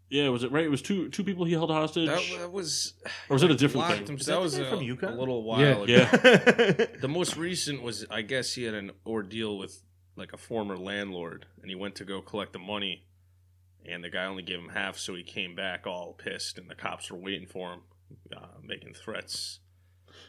Speaker 1: yeah, was it right? It was two two people he held hostage,
Speaker 5: That, that was
Speaker 1: or was it a different
Speaker 5: locked
Speaker 1: thing?
Speaker 5: him-
Speaker 2: Is that
Speaker 5: that
Speaker 2: the
Speaker 5: was
Speaker 2: guy
Speaker 5: a,
Speaker 2: from
Speaker 5: a
Speaker 2: UConn?
Speaker 5: little while
Speaker 3: Yeah,
Speaker 5: ago.
Speaker 1: yeah.
Speaker 5: The most recent was, I guess, he had an ordeal with like a former landlord, and he went to go collect the money, and the guy only gave him half, so he came back all pissed, and the cops were waiting for him, uh, making threats.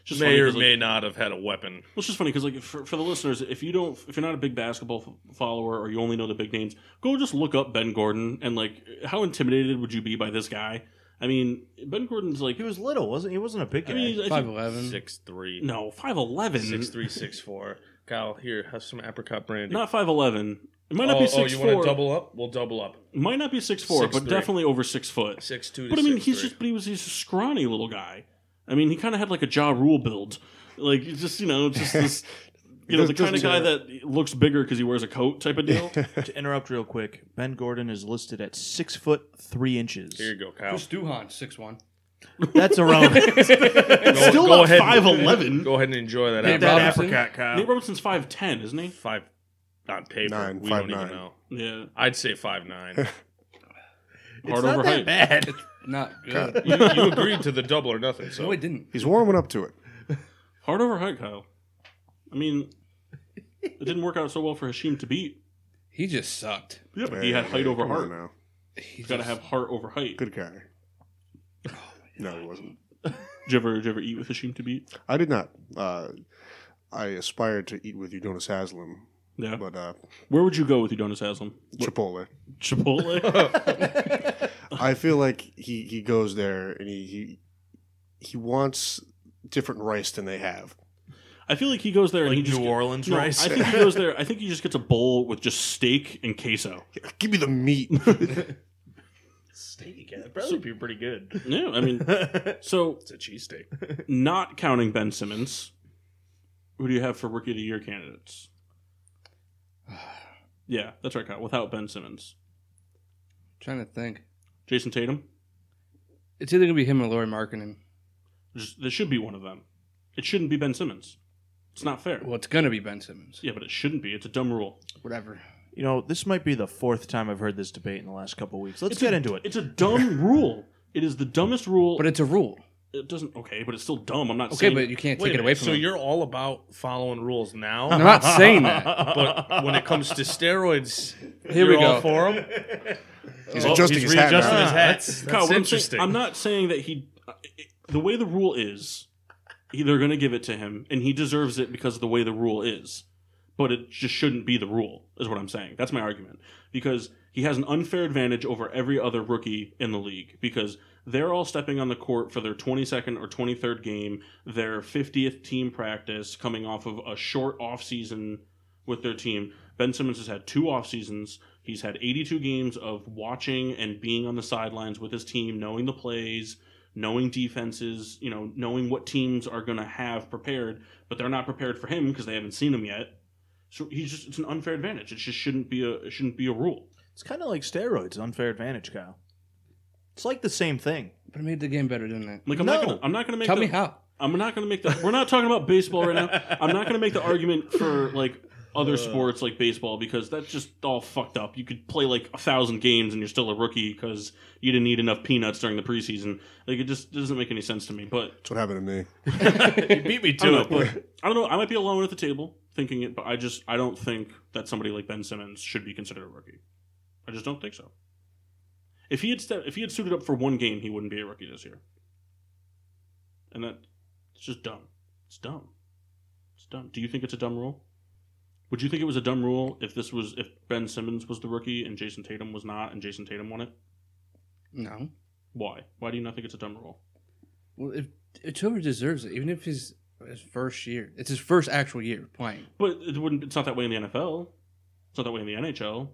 Speaker 1: Just funny
Speaker 5: may or
Speaker 1: 'cause, like,
Speaker 5: may not have had a weapon.
Speaker 1: Well, it's just funny because, like, for, for the listeners, if you don't, if you're not a big basketball f- follower or you only know the big names, go just look up Ben Gordon and like, how intimidated would you be by this guy? I mean, Ben Gordon's like,
Speaker 2: He was little, wasn't he? He wasn't a big guy.
Speaker 1: I mean, I think-
Speaker 3: Five eleven.
Speaker 5: Six three,
Speaker 1: no, five eleven,
Speaker 5: six three, six four. Kyle, here, have some apricot brandy.
Speaker 1: not five eleven. It might not be
Speaker 5: Oh, oh,
Speaker 1: six
Speaker 5: you
Speaker 1: four.
Speaker 5: want to double up? We'll double up.
Speaker 1: might not be six four,
Speaker 5: Six
Speaker 1: but
Speaker 5: three.
Speaker 1: definitely over six foot.
Speaker 5: Six two.
Speaker 1: But
Speaker 5: to
Speaker 1: I mean,
Speaker 5: six
Speaker 1: he's
Speaker 5: three.
Speaker 1: just, but he was he's a scrawny little guy. I mean, he kind of had like a jaw rule build, like it's just you know, just this, you know, the
Speaker 4: Just-
Speaker 1: kind of
Speaker 4: just,
Speaker 1: guy
Speaker 4: uh,
Speaker 1: that looks bigger because he wears a coat type of deal.
Speaker 2: to interrupt real quick, Ben Gordon is listed at six foot three inches.
Speaker 5: Here you go, Kyle.
Speaker 3: Chris Duhon six one.
Speaker 2: That's around.
Speaker 5: It's
Speaker 1: still not 5'11.
Speaker 5: Go ahead and enjoy that.
Speaker 3: Hey,
Speaker 5: apricot.
Speaker 2: that
Speaker 3: Robinson.
Speaker 2: apricot, Kyle.
Speaker 1: Nate Robinson's five ten, isn't he?
Speaker 5: five on paper.
Speaker 4: Nine,
Speaker 5: we
Speaker 4: five,
Speaker 5: don't
Speaker 4: nine.
Speaker 5: even know.
Speaker 1: Yeah,
Speaker 5: I'd say five nine.
Speaker 2: it's
Speaker 1: hard
Speaker 2: not
Speaker 1: over
Speaker 2: that
Speaker 1: height.
Speaker 2: bad.
Speaker 3: Not good.
Speaker 5: you, you agreed to the double or nothing, so
Speaker 3: No, it didn't.
Speaker 4: He's warming up to it.
Speaker 1: Hard over height, Kyle. I mean, it didn't work out so well for Hashim to beat.
Speaker 3: He just sucked.
Speaker 1: Yeah, but he had
Speaker 4: Hey,
Speaker 1: height
Speaker 4: hey,
Speaker 1: over
Speaker 4: come on
Speaker 1: heart.
Speaker 4: Now.
Speaker 3: He's
Speaker 1: He's got to have heart over height.
Speaker 4: Good guy.
Speaker 1: Oh,
Speaker 4: No, he wasn't.
Speaker 1: Did you ever, did you ever eat with Hashim to beat?
Speaker 4: I did not. Uh, I aspired to eat with Udonis Haslam,
Speaker 1: Yeah.
Speaker 4: but uh,
Speaker 1: Where would you go with Udonis Haslam?
Speaker 4: Chipotle.
Speaker 1: Chipotle.
Speaker 4: I feel like he, he goes there and he, he he wants different rice than they have.
Speaker 1: I feel like he goes there and he
Speaker 2: Like
Speaker 1: just
Speaker 2: New
Speaker 1: get-
Speaker 2: Orleans
Speaker 1: No,
Speaker 2: rice.
Speaker 1: I think he goes there. I think he just gets a bowl with just steak and queso.
Speaker 4: Give me the meat.
Speaker 2: Steak, yeah, that'd probably be pretty good.
Speaker 1: Yeah, I mean, so
Speaker 5: it's a cheesesteak.
Speaker 1: not counting Ben Simmons, who do you have for rookie of the year candidates? Yeah, that's right, Kyle. Without Ben Simmons,
Speaker 3: trying to think.
Speaker 1: Jason Tatum.
Speaker 3: It's either gonna be him or Laurie Markkinen.
Speaker 1: Just, there should be one of them. It shouldn't be Ben Simmons. It's not fair.
Speaker 3: Well, it's gonna be Ben Simmons.
Speaker 1: Yeah, but it shouldn't be. It's a dumb rule.
Speaker 3: Whatever.
Speaker 2: You know, this might be the fourth time I've heard this debate in the last couple weeks. Let's
Speaker 1: It's
Speaker 2: get
Speaker 1: a-
Speaker 2: into it.
Speaker 1: It's a dumb rule. It is the dumbest rule.
Speaker 3: But
Speaker 1: But
Speaker 3: it's a rule.
Speaker 1: it doesn't. Okay, but it's still dumb. I'm not
Speaker 3: Okay,
Speaker 1: saying.
Speaker 3: but you can't
Speaker 5: Wait
Speaker 3: take
Speaker 5: a
Speaker 3: it
Speaker 5: minute,
Speaker 3: away from
Speaker 5: so
Speaker 3: them.
Speaker 5: you're all about following rules now,
Speaker 3: I'm not saying that.
Speaker 5: but when it comes to steroids,
Speaker 3: Here we
Speaker 5: you're all
Speaker 3: go.
Speaker 5: for 'em?
Speaker 4: He's
Speaker 5: Oh,
Speaker 4: adjusting
Speaker 5: he's
Speaker 4: his hat.
Speaker 5: readjusting
Speaker 4: now.
Speaker 5: his hat. That's,
Speaker 1: Kyle, what I'm, saying-
Speaker 5: interesting.
Speaker 1: I'm not saying that he. uh, it- The way the rule is, he- they're going to give it to him, and he deserves it because of the way the rule is. But it just shouldn't be the rule, is what I'm saying. That's my argument. Because he has an unfair advantage over every other rookie in the league because they're all stepping on the court for their 22nd or 23rd game, their 50th team practice, coming off of a short offseason with their team. Ben Simmons has had two off seasons. He's had 82 games of watching and being on the sidelines with his team, knowing the plays, knowing defenses, you know, knowing what teams are going to have prepared, but they're not prepared for him because they haven't seen him yet. So he's just it's an unfair advantage. It just shouldn't be a it shouldn't be a rule.
Speaker 2: It's kind of like steroids, unfair advantage, Kyle. It's like the same thing.
Speaker 3: But it made the game better, didn't it?
Speaker 1: Like I'm
Speaker 2: No.
Speaker 1: not gonna, I'm not going to make
Speaker 3: Tell
Speaker 1: the,
Speaker 3: me how.
Speaker 1: I'm not going to make the We're not talking about baseball right now. I'm not going to make the argument for like other sports like baseball because that's just all fucked up. You could play like a thousand games and you're still a rookie because you didn't eat enough peanuts during the preseason. Like it just doesn't make any sense to me. But
Speaker 4: That's what happened to me.
Speaker 5: you beat me
Speaker 1: I
Speaker 5: to
Speaker 1: don't, know,
Speaker 5: it.
Speaker 1: but- I don't know. I might be alone at the table thinking it, but I just I don't think that somebody like Ben Simmons should be considered a rookie. I just don't think so. If he had ste- if he had suited up for one game, he wouldn't be a rookie this year. And that it's just dumb. It's dumb. It's dumb. Do you think it's a dumb rule? Would you think it was a dumb rule if this was if Ben Simmons was the rookie and Jason Tatum was not and Jason Tatum won it?
Speaker 3: No.
Speaker 1: Why? Why do you not think it's a dumb rule?
Speaker 3: Well, if it's whoever deserves it, even if his his first year, it's his first actual year playing.
Speaker 1: But it wouldn't. It's not that way in the NFL. It's not that way in the NHL.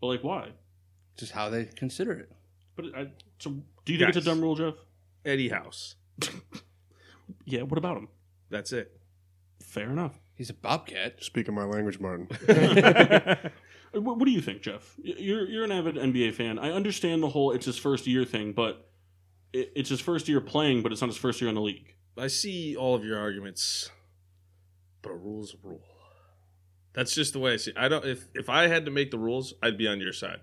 Speaker 1: But like, why?
Speaker 3: Just how they consider it.
Speaker 1: But I, so, do you think it's
Speaker 5: Guys.
Speaker 1: a dumb rule, Jeff?
Speaker 5: Eddie House.
Speaker 1: Yeah. What about him?
Speaker 5: That's it.
Speaker 1: Fair enough.
Speaker 3: He's a bobcat.
Speaker 4: Speaking my language, Martin.
Speaker 1: Uh, What, what do you think, Jeff? Y- You're you're an avid NBA fan. I understand the whole it's his first year thing, but it, it's his first year playing, but it's not his first year in the league.
Speaker 5: I see all of your arguments, but a rule's a rule. That's just the way I see. It. I don't. If if I had to make the rules, I'd be on your side.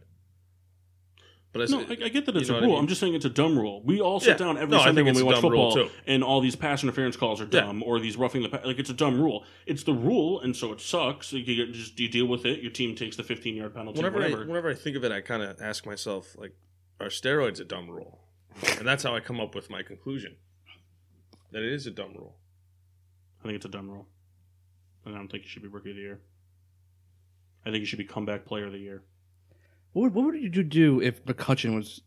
Speaker 5: But I,
Speaker 1: No,
Speaker 5: see-
Speaker 1: I, I get that
Speaker 5: you
Speaker 1: it's
Speaker 5: know
Speaker 1: a
Speaker 5: what I
Speaker 1: rule. I
Speaker 5: mean?
Speaker 1: am just saying it's a dumb rule. We all
Speaker 5: Yeah.
Speaker 1: sit down every
Speaker 5: No, I
Speaker 1: Sunday when
Speaker 5: think
Speaker 1: we
Speaker 5: it's a
Speaker 1: watch
Speaker 5: dumb rule,
Speaker 1: football,
Speaker 5: too.
Speaker 1: and all these pass interference calls are
Speaker 5: Yeah.
Speaker 1: dumb, or these roughing the pa- like it's a dumb rule. It's the rule, and so it sucks. You get- just you deal with it. Your team takes the 15 yard penalty.
Speaker 5: whenever I,
Speaker 1: whatever.
Speaker 5: whenever I think of it, I kind of ask myself like, are steroids a dumb rule? And that's how I come up with my conclusion that it is a dumb rule.
Speaker 1: I think it's a dumb rule. And I don't think he should be rookie of the year. I think he should be comeback player of the year.
Speaker 3: What would, what would you do if McCutcheon was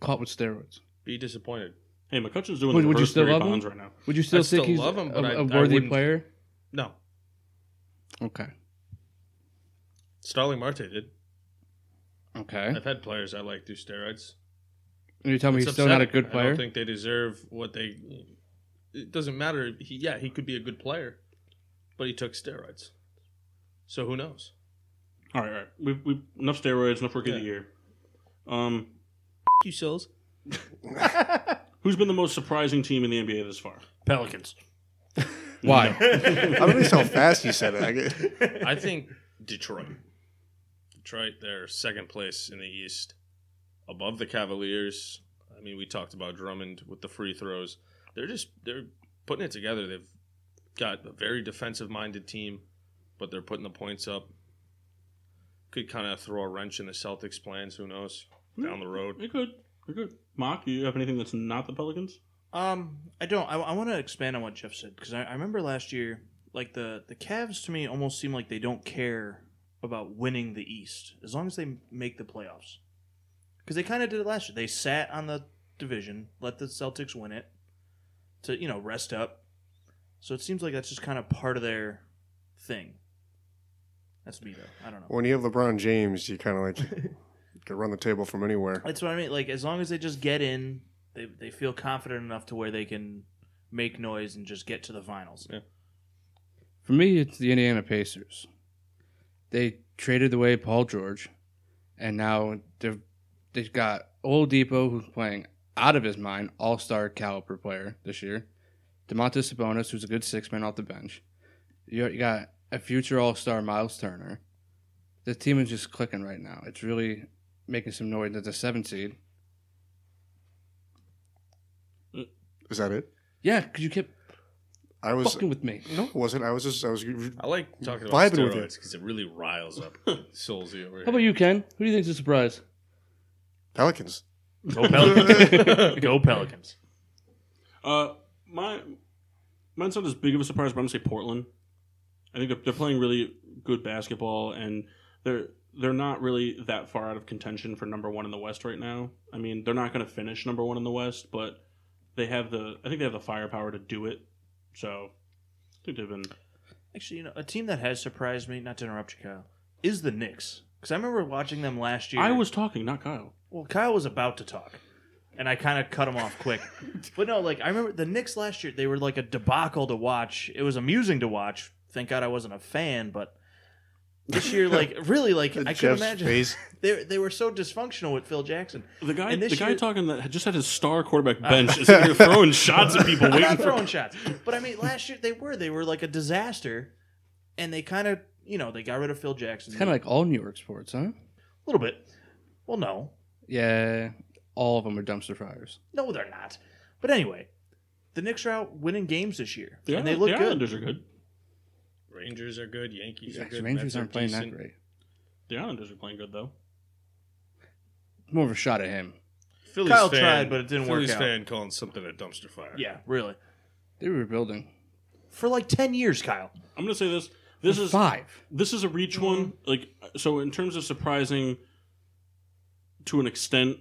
Speaker 3: caught with steroids?
Speaker 5: Be disappointed.
Speaker 1: Hey, McCutcheon's doing
Speaker 3: Would-
Speaker 1: the
Speaker 3: would you
Speaker 1: reverse
Speaker 3: still
Speaker 1: Barry
Speaker 3: love him?
Speaker 1: Bonds right now.
Speaker 3: Would you still
Speaker 5: I'd
Speaker 3: think
Speaker 5: still
Speaker 3: he's
Speaker 5: love him,
Speaker 3: a,
Speaker 5: but I-
Speaker 3: a
Speaker 5: I
Speaker 3: worthy
Speaker 5: wouldn't-
Speaker 3: player?
Speaker 5: No,
Speaker 3: Okay.
Speaker 5: Starling Marte did.
Speaker 3: Okay.
Speaker 5: I've had players I like do steroids.
Speaker 3: And you tell me
Speaker 5: It's
Speaker 3: he's still not a
Speaker 5: upsetting.
Speaker 3: good
Speaker 5: I
Speaker 3: player?
Speaker 5: don't think they deserve what they. It doesn't matter. He, yeah, he could be a good player, but he took steroids. So who knows?
Speaker 1: All right, all right. We've, we've, enough steroids, enough rookie of the
Speaker 5: Yeah.
Speaker 1: year. Um,
Speaker 5: You souls.
Speaker 1: who's been the most surprising team in the NBA this far?
Speaker 2: Pelicans.
Speaker 3: Why?
Speaker 4: I don't notice how fast you said it. I get,
Speaker 5: I think Detroit. Detroit, they're second place in the East, above the Cavaliers. I mean, we talked about Drummond with the free throws. They're just they're putting it together. They've got a very defensive minded team, but they're putting the points up. Could kind of throw a wrench in the Celtics' plans. Who knows?
Speaker 3: Hmm.
Speaker 5: Down the road,
Speaker 1: You're good. You're good. Mock, do you have anything that's not the Pelicans?
Speaker 2: Um, I don't. I, I want to expand on what Jeff said because I, I remember last year, like the the Cavs to me almost seem like they don't care about winning the East as long as they make the playoffs. Because they kind of did it last year. They sat on the division, let the Celtics win it, to you know rest up. So it seems like that's just kind of part of their thing. That's me though. I don't know.
Speaker 4: when you have LeBron James, you kind of like could run the table from anywhere.
Speaker 2: That's what I mean. Like as long as they just get in, they they feel confident enough to where they can make noise and just get to the finals.
Speaker 3: For me, it's the Indiana Pacers. They traded away Paul George, and now they've they've got Old Depot, who's playing out of his mind, All Star caliber player this year. Demontis Sabonis, who's a good six man off the bench. You you got a future All Star Miles Turner. Th- the team is just clicking right now. It's really making some noise. That's a seven seed.
Speaker 4: Is that it?
Speaker 3: Yeah, because you kept
Speaker 4: I was
Speaker 3: fucking with me.
Speaker 4: no, it wasn't. I was just I was re-
Speaker 5: I like talking about
Speaker 4: Vibing with
Speaker 5: steroids because it really riles up Soulsy over here.
Speaker 3: How about you, Ken? Who do you think's a surprise?
Speaker 4: Pelicans.
Speaker 5: Go Pelicans.
Speaker 2: Go Pelicans.
Speaker 1: Uh, my mine's not as big of a surprise, but I'm gonna say Portland. I think they're, they're playing really good basketball, and they're they're not really that far out of contention for number one in the West right now. I mean, they're not gonna finish number one in the West, but they have the I think they have the firepower to do it. So I think they've been
Speaker 2: Actually, you know, a team that has surprised me, not to interrupt you, Kyle, is the Knicks. Because I remember watching them last year.
Speaker 1: I was talking, not Kyle.
Speaker 2: Well, Kyle was about to talk, and I kind of cut him off quick. but no, like I remember the Knicks last year; they were like a debacle to watch. It was amusing to watch. Thank God I wasn't a fan, but this year, like really, like I could
Speaker 4: Jeff's
Speaker 2: imagine
Speaker 4: face.
Speaker 2: they they were so dysfunctional with Phil Jackson.
Speaker 1: The guy,
Speaker 2: And
Speaker 1: the
Speaker 2: this
Speaker 1: guy
Speaker 2: year-
Speaker 1: talking that had just had his star quarterback bench is sitting here throwing shots at people,
Speaker 2: I'm
Speaker 1: waiting
Speaker 2: not
Speaker 1: for
Speaker 2: throwing shots, but I mean, last year they were they were like a disaster, and they kind of you know they got rid of Phil Jackson.
Speaker 3: It's kind of like all New York sports, huh?
Speaker 2: a little bit. Well, no,
Speaker 3: Yeah, all of them are dumpster fires.
Speaker 2: no, they're not. But anyway, the Knicks are out winning games this year,
Speaker 1: Yeah,
Speaker 2: and they look
Speaker 1: the
Speaker 2: good.
Speaker 1: Islanders are good.
Speaker 5: Rangers are good. Yankees are
Speaker 3: Yeah,
Speaker 5: good.
Speaker 3: Rangers
Speaker 5: Mets are
Speaker 3: aren't playing
Speaker 5: decent.
Speaker 3: that great.
Speaker 1: The Islanders are playing good though.
Speaker 3: More of a shot at him.
Speaker 5: Phillies
Speaker 2: Kyle
Speaker 5: fan,
Speaker 2: tried, but it didn't work
Speaker 5: Phillies
Speaker 2: out.
Speaker 5: fan calling something a dumpster fire.
Speaker 2: Yeah, really.
Speaker 3: They were rebuilding.
Speaker 2: For like ten years, Kyle.
Speaker 1: I'm gonna say this. This is
Speaker 3: five.
Speaker 1: this is a reach one. Like so, in terms of surprising, to an extent,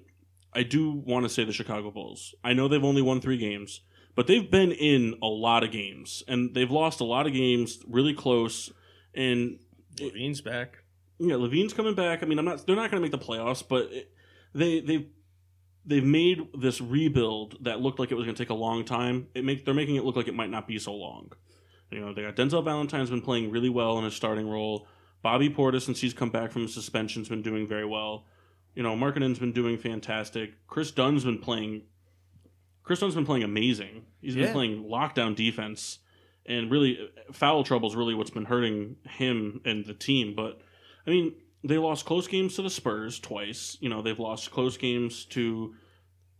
Speaker 1: I do want to say the Chicago Bulls. I know they've only won three games, but they've been in a lot of games and they've lost a lot of games really close. And
Speaker 5: Levine's back.
Speaker 1: yeah, Levine's coming back. I mean, I'm not. They're not going to make the playoffs, but it, they they they've made this rebuild that looked like it was going to take a long time. It make they're making it look like it might not be so long. You know, they got Denzel Valentine's been playing really well in his starting role. Bobby Portis, since he's come back from his suspension, has been doing very well. You know, Markkinen's been doing fantastic. Chris Dunn's been playing. Chris Dunn's been playing amazing. He's been
Speaker 2: Yeah.
Speaker 1: playing lockdown defense, and really uh, foul trouble's really what's been hurting him and the team. But I mean, they lost close games to the Spurs twice. You know, they've lost close games to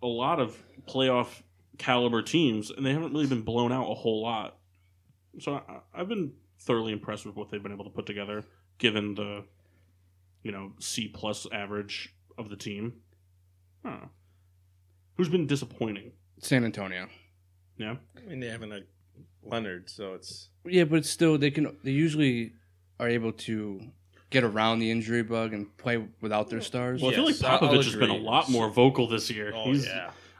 Speaker 1: a lot of playoff caliber teams, and they haven't really been blown out a whole lot. So I, I've been thoroughly impressed with what they've been able to put together, given the you know C plus average of the team. Huh. Who's been disappointing?
Speaker 3: San Antonio.
Speaker 1: Yeah,
Speaker 5: I mean, they haven't had Leonard, so it's
Speaker 3: Yeah, but still, they can. They usually are able to get around the injury bug and play without their stars.
Speaker 1: well, I feel like
Speaker 5: Yes, I'll- I'll
Speaker 1: Popovich has been a
Speaker 5: agree.
Speaker 1: lot more vocal this year. He's-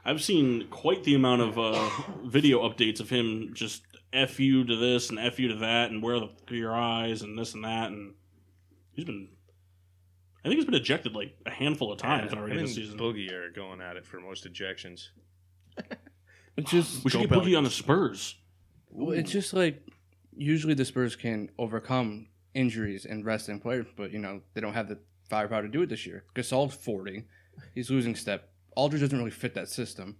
Speaker 1: I've seen quite the amount of uh, video updates of him just f you to this and f you to that and where the f- are your eyes and this and that and he's been. I think he's been ejected like a handful of times
Speaker 5: Yeah,
Speaker 1: already
Speaker 5: him and
Speaker 1: this season.
Speaker 5: Boogie are going at it for most ejections.
Speaker 3: It's just,
Speaker 1: we should
Speaker 2: Go
Speaker 1: get Boogie on the Spurs.
Speaker 3: well, it's just like usually the Spurs can overcome injuries and resting players, but you know they don't have the firepower to do it this year. Gasol's forty, he's losing step. Aldridge doesn't really fit that system.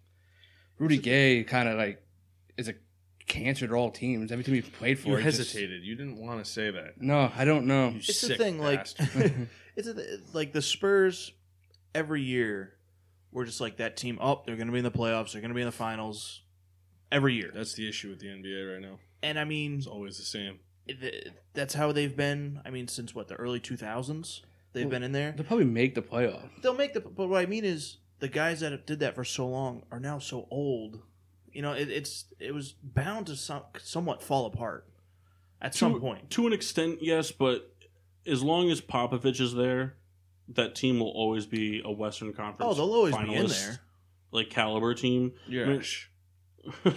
Speaker 3: Rudy Gay kind of like is a cancer to all teams. Every team he played for,
Speaker 5: You
Speaker 3: he just-
Speaker 5: hesitated. You didn't want to say that.
Speaker 3: no, I don't know.
Speaker 5: You
Speaker 2: It's the
Speaker 5: sick
Speaker 2: thing, like
Speaker 5: bastard.
Speaker 2: it's a, th- like the Spurs every year. We're just like that team. Up, they're going to be in the playoffs. They're going to be in the finals every year.
Speaker 5: that's the issue with the NBA right now.
Speaker 2: And I mean,
Speaker 5: It's always the same.
Speaker 2: th- that's how they've been. I mean, since what the early two thousands, they've
Speaker 3: Well,
Speaker 2: been in there.
Speaker 3: They'll probably make the playoff.
Speaker 2: They'll make the. But what I mean is, the guys that did that for so long are now so old. You know, it, it's it was bound to some, somewhat fall apart at some point.
Speaker 1: to an extent, yes, but as long as Popovich is there, that team will always be a Western Conference.
Speaker 2: Oh, they'll always be in
Speaker 1: finalist,
Speaker 2: there.
Speaker 1: Like caliber team.
Speaker 5: Yeah.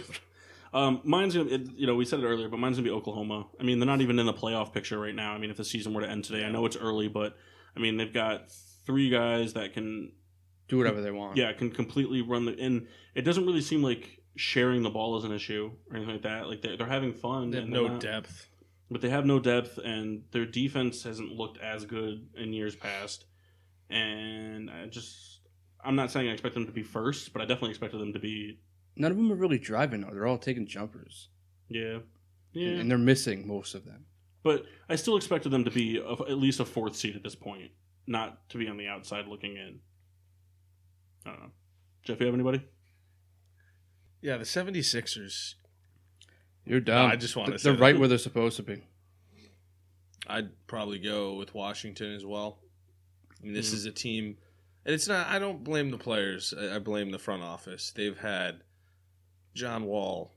Speaker 1: um, mine's gonna, it, you know, we said it earlier, but mine's gonna be Oklahoma. I mean, they're not even in the playoff picture right now. I mean, if the season were to end today, I know it's early, but I mean, they've got three guys that can,
Speaker 3: Do whatever they want.
Speaker 1: yeah, can completely run the. And it doesn't really seem like sharing the ball is an issue or anything like that. Like they're, they're having fun.
Speaker 5: They have
Speaker 1: and they're
Speaker 5: no
Speaker 1: not-
Speaker 5: depth.
Speaker 1: but they have no depth, and their defense hasn't looked as good in years past. And I just, I'm not saying I expect them to be first, but I definitely expected them to be,
Speaker 3: None of them are really driving though. They're all taking jumpers,
Speaker 1: yeah, yeah.
Speaker 5: Mm-hmm.
Speaker 3: and they're missing most of them.
Speaker 1: But I still expected them to be a, at least a fourth seed at this point, not to be on the outside looking in. I don't know. Jeff, you have anybody?
Speaker 5: Yeah, the 76ers,
Speaker 3: You're dumb.
Speaker 5: I just wanted
Speaker 3: Th-
Speaker 5: to say
Speaker 3: They're
Speaker 5: that.
Speaker 3: right where they're supposed to be.
Speaker 5: I'd probably go with Washington as well. I mean, this
Speaker 1: Mm.
Speaker 5: is a team, and it's not. I don't blame the players. I, I blame the front office. They've had John Wall.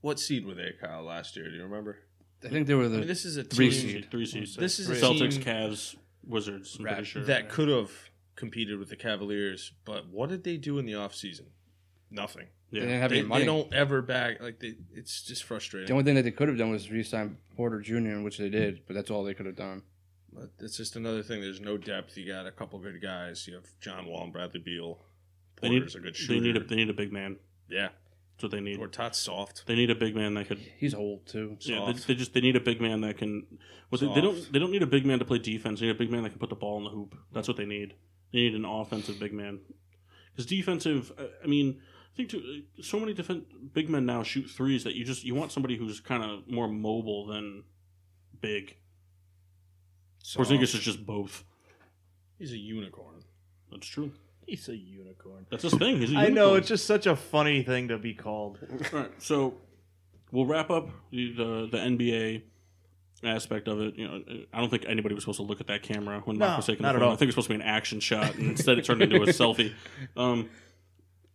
Speaker 5: What seed were they, Kyle, last year? Do you remember?
Speaker 3: I think they were
Speaker 5: I
Speaker 3: the.
Speaker 5: mean, this is a
Speaker 3: Three
Speaker 5: team
Speaker 3: seed.
Speaker 1: Three seeds.
Speaker 5: This is a
Speaker 1: Celtics,
Speaker 5: team-
Speaker 1: Cavs, Wizards. I'm pretty
Speaker 3: Right.
Speaker 1: sure.
Speaker 5: that could have competed with the Cavaliers, but what did they do in the offseason? Nothing.
Speaker 3: they
Speaker 1: yeah.
Speaker 3: didn't have
Speaker 5: They,
Speaker 3: any money.
Speaker 5: they don't ever back. Like they, it's just frustrating.
Speaker 3: The only thing that they could have done was re-sign Porter Jr., which they did, but that's all they could have done.
Speaker 5: But it's just another thing. There's no depth. You got a couple good guys. You have John Wall and Bradley Beal.
Speaker 1: They need-
Speaker 5: Porter's a good shooter.
Speaker 1: They need a they need a big man.
Speaker 5: yeah.
Speaker 1: That's what they need.
Speaker 5: Gortat's soft.
Speaker 1: They need a big man that could.
Speaker 3: He's old too.
Speaker 1: Yeah, they,
Speaker 5: Soft.
Speaker 1: they just they need a big man that can. Well, they, they don't
Speaker 5: Soft.
Speaker 1: they don't need a big man to play defense. They need a big man that can put the ball in the hoop. That's what they need. They need an offensive big man. Because defensive, I- I mean, I think too, uh, so many different big men now shoot threes that you just you want somebody who's kind of more mobile than big.
Speaker 5: Soft.
Speaker 1: Porzingis is just both.
Speaker 5: He's a unicorn.
Speaker 1: That's true.
Speaker 2: He's a unicorn.
Speaker 1: That's his thing. He's a
Speaker 2: I know
Speaker 1: unicorn.
Speaker 2: it's just such a funny thing to be called.
Speaker 1: All right, so we'll wrap up the, the the NBA aspect of it. You know, I don't think anybody was supposed to look at that camera when
Speaker 2: No,
Speaker 1: Mark was taking
Speaker 2: not
Speaker 1: the
Speaker 2: at
Speaker 1: photo.
Speaker 2: all.
Speaker 1: I think it was supposed to be an action shot, and instead it turned into a selfie. Um,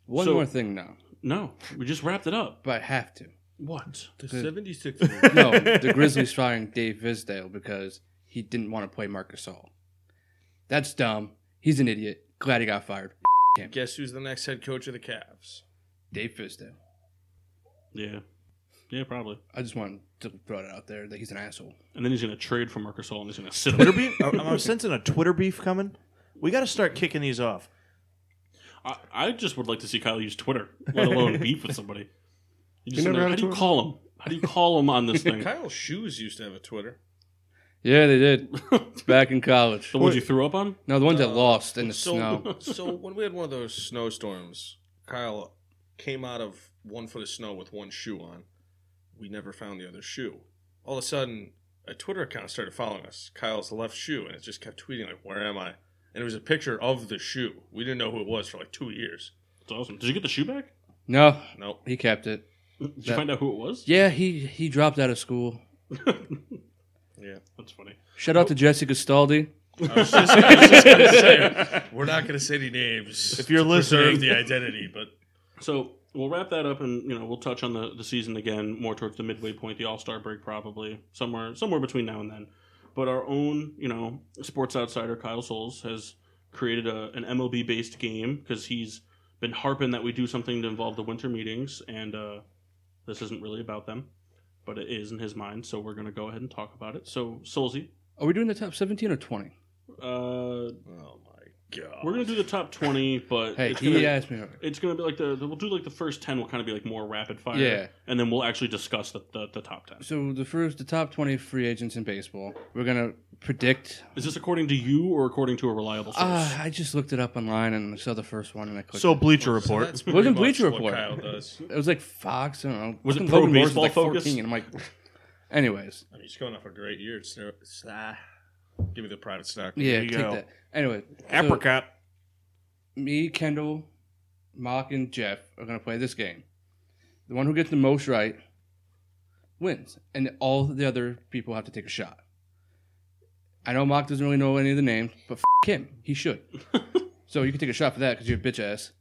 Speaker 3: One
Speaker 1: So-
Speaker 3: more thing now,
Speaker 1: no, we just wrapped it up.
Speaker 3: but I have to.
Speaker 1: What?
Speaker 5: The
Speaker 3: Good.
Speaker 5: 76ers.
Speaker 3: No, the Grizzlies firing Dave Fisdale because he didn't want to play Marcus All. That's dumb. He's an idiot. Glad he got fired.
Speaker 5: Guess who's the next head coach of the Cavs?
Speaker 3: Dave Fisdale.
Speaker 1: Yeah, yeah, probably.
Speaker 3: I just wanted to throw it out there that he's an asshole.
Speaker 1: And then he's going to trade for Marcus All, and he's going to sit
Speaker 2: Twitter
Speaker 1: him.
Speaker 2: beef? I'm, I'm sensing a Twitter beef coming. We got to start kicking these off.
Speaker 1: I, I just would like to see Kyle use Twitter, let alone beef with somebody. You just
Speaker 4: never
Speaker 1: know,
Speaker 4: had
Speaker 1: how
Speaker 4: a
Speaker 1: do you
Speaker 4: Twitter?
Speaker 1: call him? How do you call him on this thing?
Speaker 5: Kyle Shoes used to have a Twitter.
Speaker 3: Yeah, they did. Back in college.
Speaker 1: the ones you threw up on?
Speaker 3: No, the ones that lost in the
Speaker 5: so,
Speaker 3: snow.
Speaker 5: so when we had one of those snowstorms, Kyle came out of one foot of snow with one shoe on. We never found the other shoe. All of a sudden, a Twitter account started following us. Kyle's left shoe, and it just kept tweeting like, "Where am I?" And it was a picture of the shoe. We didn't know who it was for like two years.
Speaker 1: It's awesome. Did you get the shoe back?
Speaker 3: No,
Speaker 5: Nope.
Speaker 3: he kept it.
Speaker 1: Did you
Speaker 3: That-
Speaker 1: find out who it was?
Speaker 3: Yeah, he he dropped out of school.
Speaker 5: Yeah.
Speaker 1: That's funny.
Speaker 3: Shout out to Jesse Gastaldi.
Speaker 5: I was just, I was just gonna say, we're not gonna say any names.
Speaker 2: If you're
Speaker 5: to preserve
Speaker 2: listening.
Speaker 5: the identity, but
Speaker 1: So we'll wrap that up, and you know we'll touch on the, the season again more towards the midway point, the All Star break probably somewhere somewhere between now and then. But our own you know sports outsider Kyle Souls has created a, an MLB based game because he's been harping that we do something to involve the winter meetings, and uh, this isn't really about them, but it is in his mind. So we're gonna go ahead and talk about it. So Soulsy,
Speaker 3: Are we doing the top 17 or 20?
Speaker 1: uh,
Speaker 5: oh my god,
Speaker 1: we're gonna do the top twenty, but
Speaker 3: Hey,
Speaker 1: it's
Speaker 3: he
Speaker 1: gonna,
Speaker 3: asked me.
Speaker 1: It's gonna be like the we'll do like the first ten will kind of be like more rapid fire.
Speaker 3: Yeah.
Speaker 1: and then we'll actually discuss the, the, the top ten.
Speaker 3: So the first, the top 20 free agents in baseball. We're gonna predict.
Speaker 1: Is this according to you or according to a reliable source?
Speaker 3: Uh, I just looked it up online and I saw the first one and I clicked.
Speaker 2: So
Speaker 3: it.
Speaker 2: Bleacher
Speaker 5: So
Speaker 2: Report.
Speaker 5: that's
Speaker 3: Wasn't
Speaker 5: pretty much
Speaker 3: Bleacher
Speaker 5: what
Speaker 3: Report.
Speaker 5: Kyle does.
Speaker 3: it was like Fox. I don't know.
Speaker 1: Was it
Speaker 3: Fucking
Speaker 1: pro
Speaker 3: Logan Morris
Speaker 1: baseball
Speaker 3: like
Speaker 1: focus?
Speaker 3: 14, and I'm like, anyways,
Speaker 5: I mean, he's coming off a great year. It's, it's, ah. give me the private stock.
Speaker 3: yeah,
Speaker 2: you
Speaker 3: take
Speaker 2: go.
Speaker 3: that. Anyway, so
Speaker 2: Apricot.
Speaker 3: me, Kendall, Mock, and Jeff are gonna play this game. The one who gets the most right wins, and all the other people have to take a shot. I know Mock doesn't really know any of the names, but f- him, he should. so you can take a shot for that because you're a bitch ass.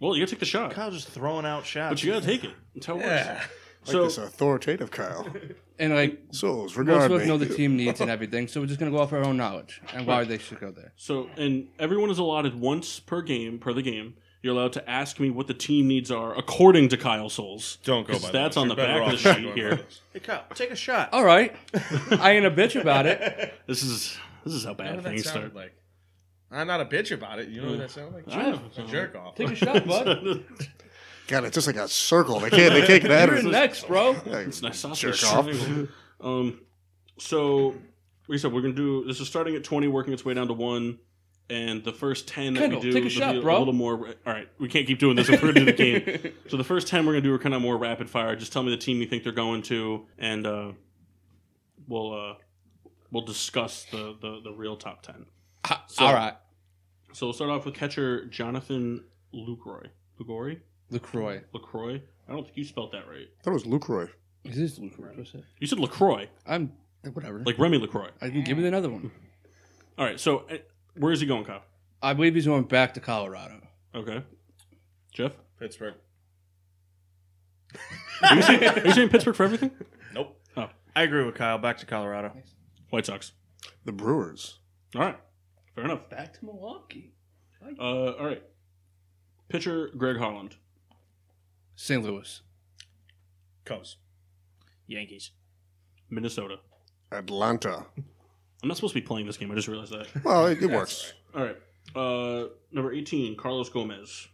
Speaker 1: well, you gotta take the shot,
Speaker 2: Kyle's just throwing out shots.
Speaker 1: but you gotta take it. That's how it works.
Speaker 5: Ah,
Speaker 4: Like
Speaker 1: So-
Speaker 4: this authoritative Kyle.
Speaker 3: And like
Speaker 4: Souls,
Speaker 3: Most
Speaker 4: regard
Speaker 3: of us
Speaker 4: me.
Speaker 3: know the team needs and everything, so we're just gonna go off our own knowledge and why they should go there.
Speaker 1: So, and everyone is allotted once per game per the game. You're allowed to ask me what the team needs are according to Kyle Souls.
Speaker 5: Don't go
Speaker 1: 'Cause
Speaker 5: by
Speaker 1: that's
Speaker 5: those.
Speaker 1: on the
Speaker 5: You're better
Speaker 1: back of
Speaker 5: off
Speaker 1: the
Speaker 5: not
Speaker 1: sheet
Speaker 5: going
Speaker 1: here.
Speaker 5: by those.
Speaker 2: hey, Kyle, take a shot.
Speaker 3: All right, I ain't a bitch about it.
Speaker 1: This is this is how
Speaker 5: You know
Speaker 1: bad
Speaker 5: what that
Speaker 1: things
Speaker 5: sounded
Speaker 1: start.
Speaker 5: like? I'm not a bitch about it. You know what that sounded like?
Speaker 1: I
Speaker 5: Jeff,
Speaker 1: know.
Speaker 5: a jerk off.
Speaker 3: Take a shot, bud.
Speaker 4: God, it's just like a circle. They can't. They can't get out
Speaker 3: You're
Speaker 4: of
Speaker 3: in
Speaker 4: it.
Speaker 3: next, bro.
Speaker 4: Like,
Speaker 1: It's nice sausage.
Speaker 4: Jerk off.
Speaker 1: um, so like I said, we're gonna do this is starting at twenty, working its way down to one, and the first ten that
Speaker 3: Kendall,
Speaker 1: we do
Speaker 3: take a
Speaker 1: will
Speaker 3: shot,
Speaker 1: be
Speaker 3: bro.
Speaker 1: a little more. All right, we can't keep doing this. If we're gonna do the game, so the first ten we're gonna do are kind of more rapid fire. Just tell me the team you think they're going to, and uh, we'll uh, we'll discuss the, the the real top ten.
Speaker 3: Ah,
Speaker 1: So-
Speaker 3: all right,
Speaker 1: So we'll start off with catcher Jonathan Lucroy. Lucroy.
Speaker 3: Lacroix.
Speaker 1: Lacroix. I don't think you spelled that right.
Speaker 4: thought it was Lucroy.
Speaker 3: Is this Lacroix? What's that?
Speaker 1: You said Lacroix,
Speaker 3: I'm whatever.
Speaker 1: like Remy Lacroix.
Speaker 3: I can give me another one.
Speaker 1: All right. So uh, where is he going, Kyle?
Speaker 3: I believe he's going back to Colorado.
Speaker 1: Okay. Jeff,
Speaker 5: Pittsburgh.
Speaker 1: are you saying, are you saying Pittsburgh for everything?
Speaker 5: Nope.
Speaker 2: I agree with Kyle. Back to Colorado.
Speaker 1: White Sox.
Speaker 4: The Brewers.
Speaker 1: All right. Fair enough.
Speaker 3: Back to Milwaukee.
Speaker 1: Uh, all right. Pitcher Greg Holland.
Speaker 3: St. Louis.
Speaker 5: Cubs.
Speaker 2: Yankees.
Speaker 1: Minnesota.
Speaker 4: Atlanta.
Speaker 1: I'm not supposed to be playing this game. I just realized that.
Speaker 4: Well, it, it
Speaker 5: That's
Speaker 4: works.
Speaker 1: All right. Uh, number 18, Carlos Gomez.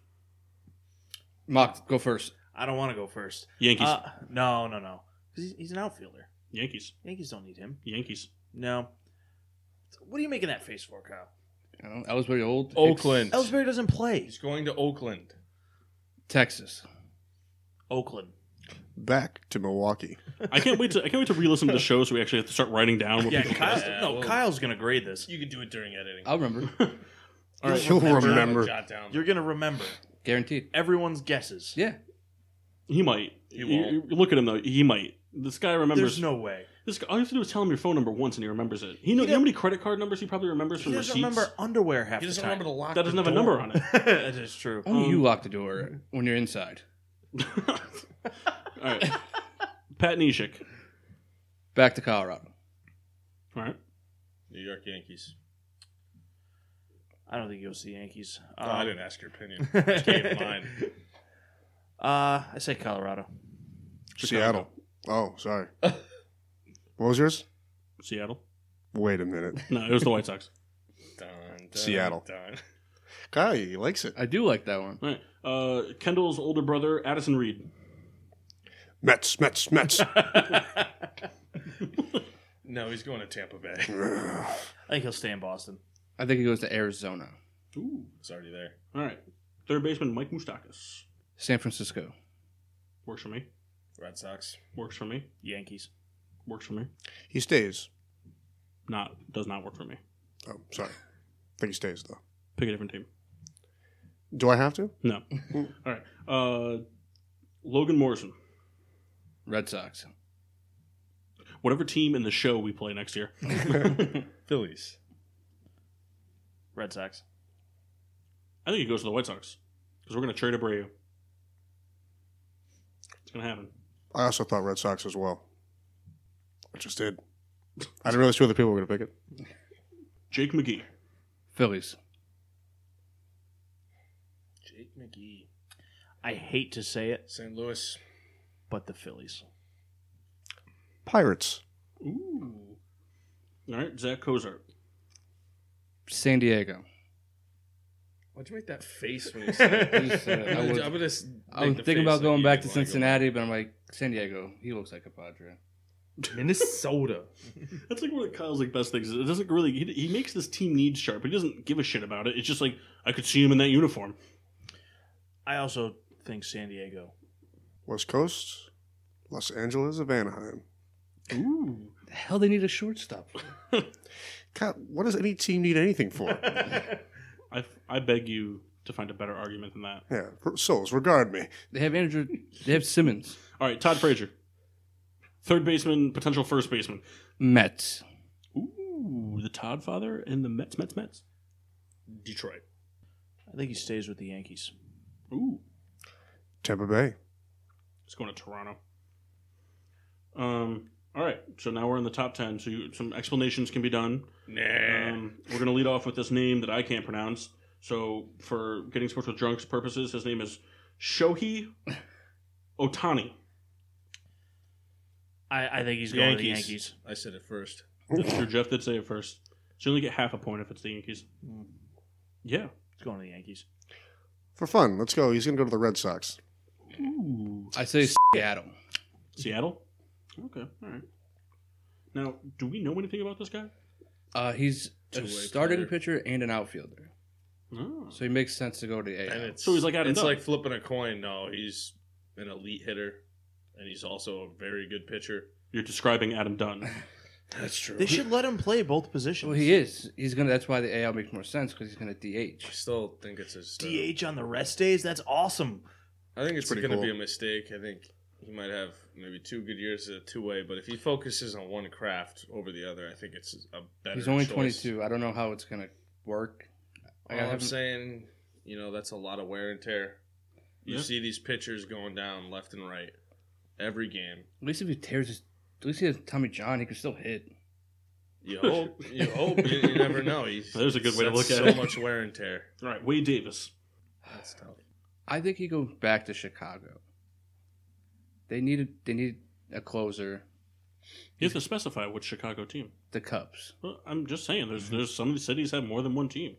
Speaker 3: Mock, go first.
Speaker 2: I don't want to go first.
Speaker 1: Yankees.
Speaker 2: Uh, no, no, no. 'Cause he's, he's an outfielder.
Speaker 1: Yankees.
Speaker 2: Yankees don't need him.
Speaker 1: Yankees.
Speaker 2: No. What are you making that face for, Kyle?
Speaker 3: I don't know, Ellsbury Old.
Speaker 5: Oakland.
Speaker 2: Ellsbury doesn't play.
Speaker 5: He's going to Oakland.
Speaker 3: Texas.
Speaker 2: Oakland.
Speaker 4: Back to Milwaukee.
Speaker 1: I can't wait to I can't wait to re-listen to the show so we actually have to start writing down what
Speaker 2: Yeah,
Speaker 1: people
Speaker 2: Kyle,
Speaker 5: Yeah,
Speaker 2: no,
Speaker 5: well-
Speaker 2: Kyle's gonna grade this.
Speaker 5: You could do it during editing.
Speaker 3: I'll remember.
Speaker 1: All right.
Speaker 4: You'll remember.
Speaker 5: Jot down.
Speaker 2: You're gonna remember
Speaker 3: Guaranteed.
Speaker 2: everyone's guesses.
Speaker 3: Yeah.
Speaker 1: He might. You-
Speaker 5: won't.
Speaker 1: you- you look at him though. He might. This guy remembers.
Speaker 2: There's no way.
Speaker 1: this guy, all you have to do is tell him your phone number once, and he remembers it. He know, you know how many credit card numbers he probably remembers
Speaker 2: He
Speaker 1: from
Speaker 2: doesn't
Speaker 1: receipts.
Speaker 2: remember underwear half
Speaker 5: he
Speaker 2: the
Speaker 5: doesn't
Speaker 2: time.
Speaker 5: remember to lock
Speaker 1: that doesn't
Speaker 5: the
Speaker 1: have a
Speaker 5: door.
Speaker 1: number on it.
Speaker 2: that is true.
Speaker 3: Only
Speaker 1: Um,
Speaker 3: you lock the door when you're inside.
Speaker 1: all right. Pat Neshek.
Speaker 3: Back to Colorado.
Speaker 1: All right.
Speaker 5: New York Yankees.
Speaker 2: I don't think you'll see Yankees.
Speaker 5: Oh,
Speaker 2: Um,
Speaker 5: I didn't ask your opinion. I just gave mine.
Speaker 2: Uh, I say Colorado.
Speaker 4: Seattle. Oh, sorry. what was yours?
Speaker 1: Seattle.
Speaker 4: Wait a minute.
Speaker 1: No, it was the White Sox.
Speaker 5: Dun, dun,
Speaker 4: Seattle.
Speaker 5: dun.
Speaker 4: Kyle, he likes it.
Speaker 3: I do like that one.
Speaker 1: All right. Uh, Kendall's older brother, Addison Reed.
Speaker 4: Mets, Mets, Mets.
Speaker 5: No, he's going to Tampa Bay.
Speaker 2: I think he'll stay in Boston.
Speaker 3: I think he goes to Arizona.
Speaker 1: Ooh.
Speaker 5: It's already there.
Speaker 1: All right. Third baseman, Mike Moustakas.
Speaker 3: San Francisco.
Speaker 1: Works for me.
Speaker 5: Red Sox.
Speaker 1: Works for me.
Speaker 2: Yankees.
Speaker 1: Works for me.
Speaker 4: he stays.
Speaker 1: Not does not work for me.
Speaker 4: Oh, sorry. I think he stays, though.
Speaker 1: Pick a different team.
Speaker 4: Do I have to?
Speaker 1: No. All right. Uh, Logan Morrison.
Speaker 3: Red Sox.
Speaker 1: Whatever team in the show we play next year.
Speaker 5: Phillies.
Speaker 2: Red Sox.
Speaker 1: I think he goes to the White Sox because we're going to trade Abreu. It's going to happen.
Speaker 4: I also thought Red Sox as well. I just did. I didn't realize two other people were going to pick it.
Speaker 1: Jake McGee.
Speaker 3: Phillies.
Speaker 5: Jake McGee.
Speaker 2: I hate to say it,
Speaker 5: St. Louis.
Speaker 2: but the Phillies.
Speaker 4: Pirates.
Speaker 1: Ooh. All right. Zach Kozart.
Speaker 3: San Diego.
Speaker 5: Why'd you make that face when you said
Speaker 3: I just, uh, I
Speaker 5: I'm
Speaker 3: was-
Speaker 5: gonna s-
Speaker 3: I
Speaker 5: make
Speaker 3: was
Speaker 5: the
Speaker 3: thinking
Speaker 5: face
Speaker 3: about
Speaker 5: like
Speaker 3: going
Speaker 5: you
Speaker 3: back
Speaker 5: did
Speaker 3: to
Speaker 5: when I go
Speaker 3: Cincinnati, but I'm like, San Diego, he looks like a Padre.
Speaker 5: Minnesota.
Speaker 1: That's like one of Kyle's like best things. is It doesn't really. He, he makes this team needs chart, but he doesn't give a shit about it. It's just like I could see him in that uniform.
Speaker 2: I also think San Diego.
Speaker 4: West Coast. Los Angeles of Anaheim.
Speaker 1: Ooh.
Speaker 3: The hell they need a shortstop. for?
Speaker 4: Kyle, what does any team need anything for?
Speaker 1: I, I beg you to find a better argument than that.
Speaker 4: yeah. Souls, regard me.
Speaker 3: They have Andrew. They have Simmons.
Speaker 1: All right, Todd Frazier. Third baseman, potential first baseman.
Speaker 3: Mets.
Speaker 1: Ooh, the Todd father and the Mets, Mets, Mets.
Speaker 5: Detroit.
Speaker 2: I think he stays with the Yankees.
Speaker 1: Ooh.
Speaker 4: Tampa Bay.
Speaker 1: It's going to Toronto. Um, all right, so now we're in the top 10, so you, some explanations can be done.
Speaker 5: Nah.
Speaker 1: Um, we're going to lead off with this name that I can't pronounce. So, for getting sports with drunks purposes, his name is Shohei Otani.
Speaker 2: I, I think he's going to the
Speaker 5: Yankees.
Speaker 2: Yankees.
Speaker 5: I said it first.
Speaker 1: That's true. Jeff did say it first. So, you only get half a point if it's the Yankees. Yeah.
Speaker 2: He's going to the Yankees.
Speaker 4: For fun, let's go. He's going to go to the Red Sox.
Speaker 3: I say Seattle.
Speaker 1: Seattle? Okay, all right. Now, do we know anything about this guy?
Speaker 3: Uh, he's a
Speaker 5: Two-way
Speaker 3: starting
Speaker 5: player.
Speaker 3: pitcher and an outfielder,
Speaker 1: No.
Speaker 3: so he makes sense to go to the
Speaker 5: And
Speaker 3: AL.
Speaker 5: it's,
Speaker 1: So he's like Adam
Speaker 5: it's
Speaker 1: Dunn.
Speaker 5: like flipping a coin. No, he's an elite hitter, and he's also a very good pitcher.
Speaker 1: You're describing Adam Dunn.
Speaker 5: That's true.
Speaker 2: They should let him play both positions.
Speaker 3: Well, he is. He's gonna. That's why the AL makes more sense because he's gonna
Speaker 5: I
Speaker 3: DH.
Speaker 5: still think it's his uh,
Speaker 2: DH on the rest days. That's awesome.
Speaker 5: I think it's,
Speaker 4: pretty
Speaker 5: going to
Speaker 4: cool.
Speaker 5: be a mistake. I think he might have maybe two good years at two way, but if he focuses on one craft over the other, I think it's a better.
Speaker 3: He's only
Speaker 5: choice.
Speaker 3: 22. I don't know how it's gonna work. I
Speaker 5: All
Speaker 3: got
Speaker 5: I'm
Speaker 3: him-
Speaker 5: saying, you know, that's a lot of wear and tear. You
Speaker 1: Yeah.
Speaker 5: see these pitchers going down left and right every game.
Speaker 3: At least if he tears his, at least he has Tommy John, he can still hit.
Speaker 5: You hope, you hope, you, you never know. He's,
Speaker 1: There's a good way to
Speaker 5: that's
Speaker 1: look at
Speaker 5: so
Speaker 1: it.
Speaker 5: much wear and tear.
Speaker 1: All right, Wade Davis.
Speaker 5: That's tough.
Speaker 3: I think he goes back to Chicago. They need a, they need a closer.
Speaker 1: You have to specify which Chicago team.
Speaker 3: The Cubs.
Speaker 1: Well, I'm just saying, there's there's some of these cities have more than one team.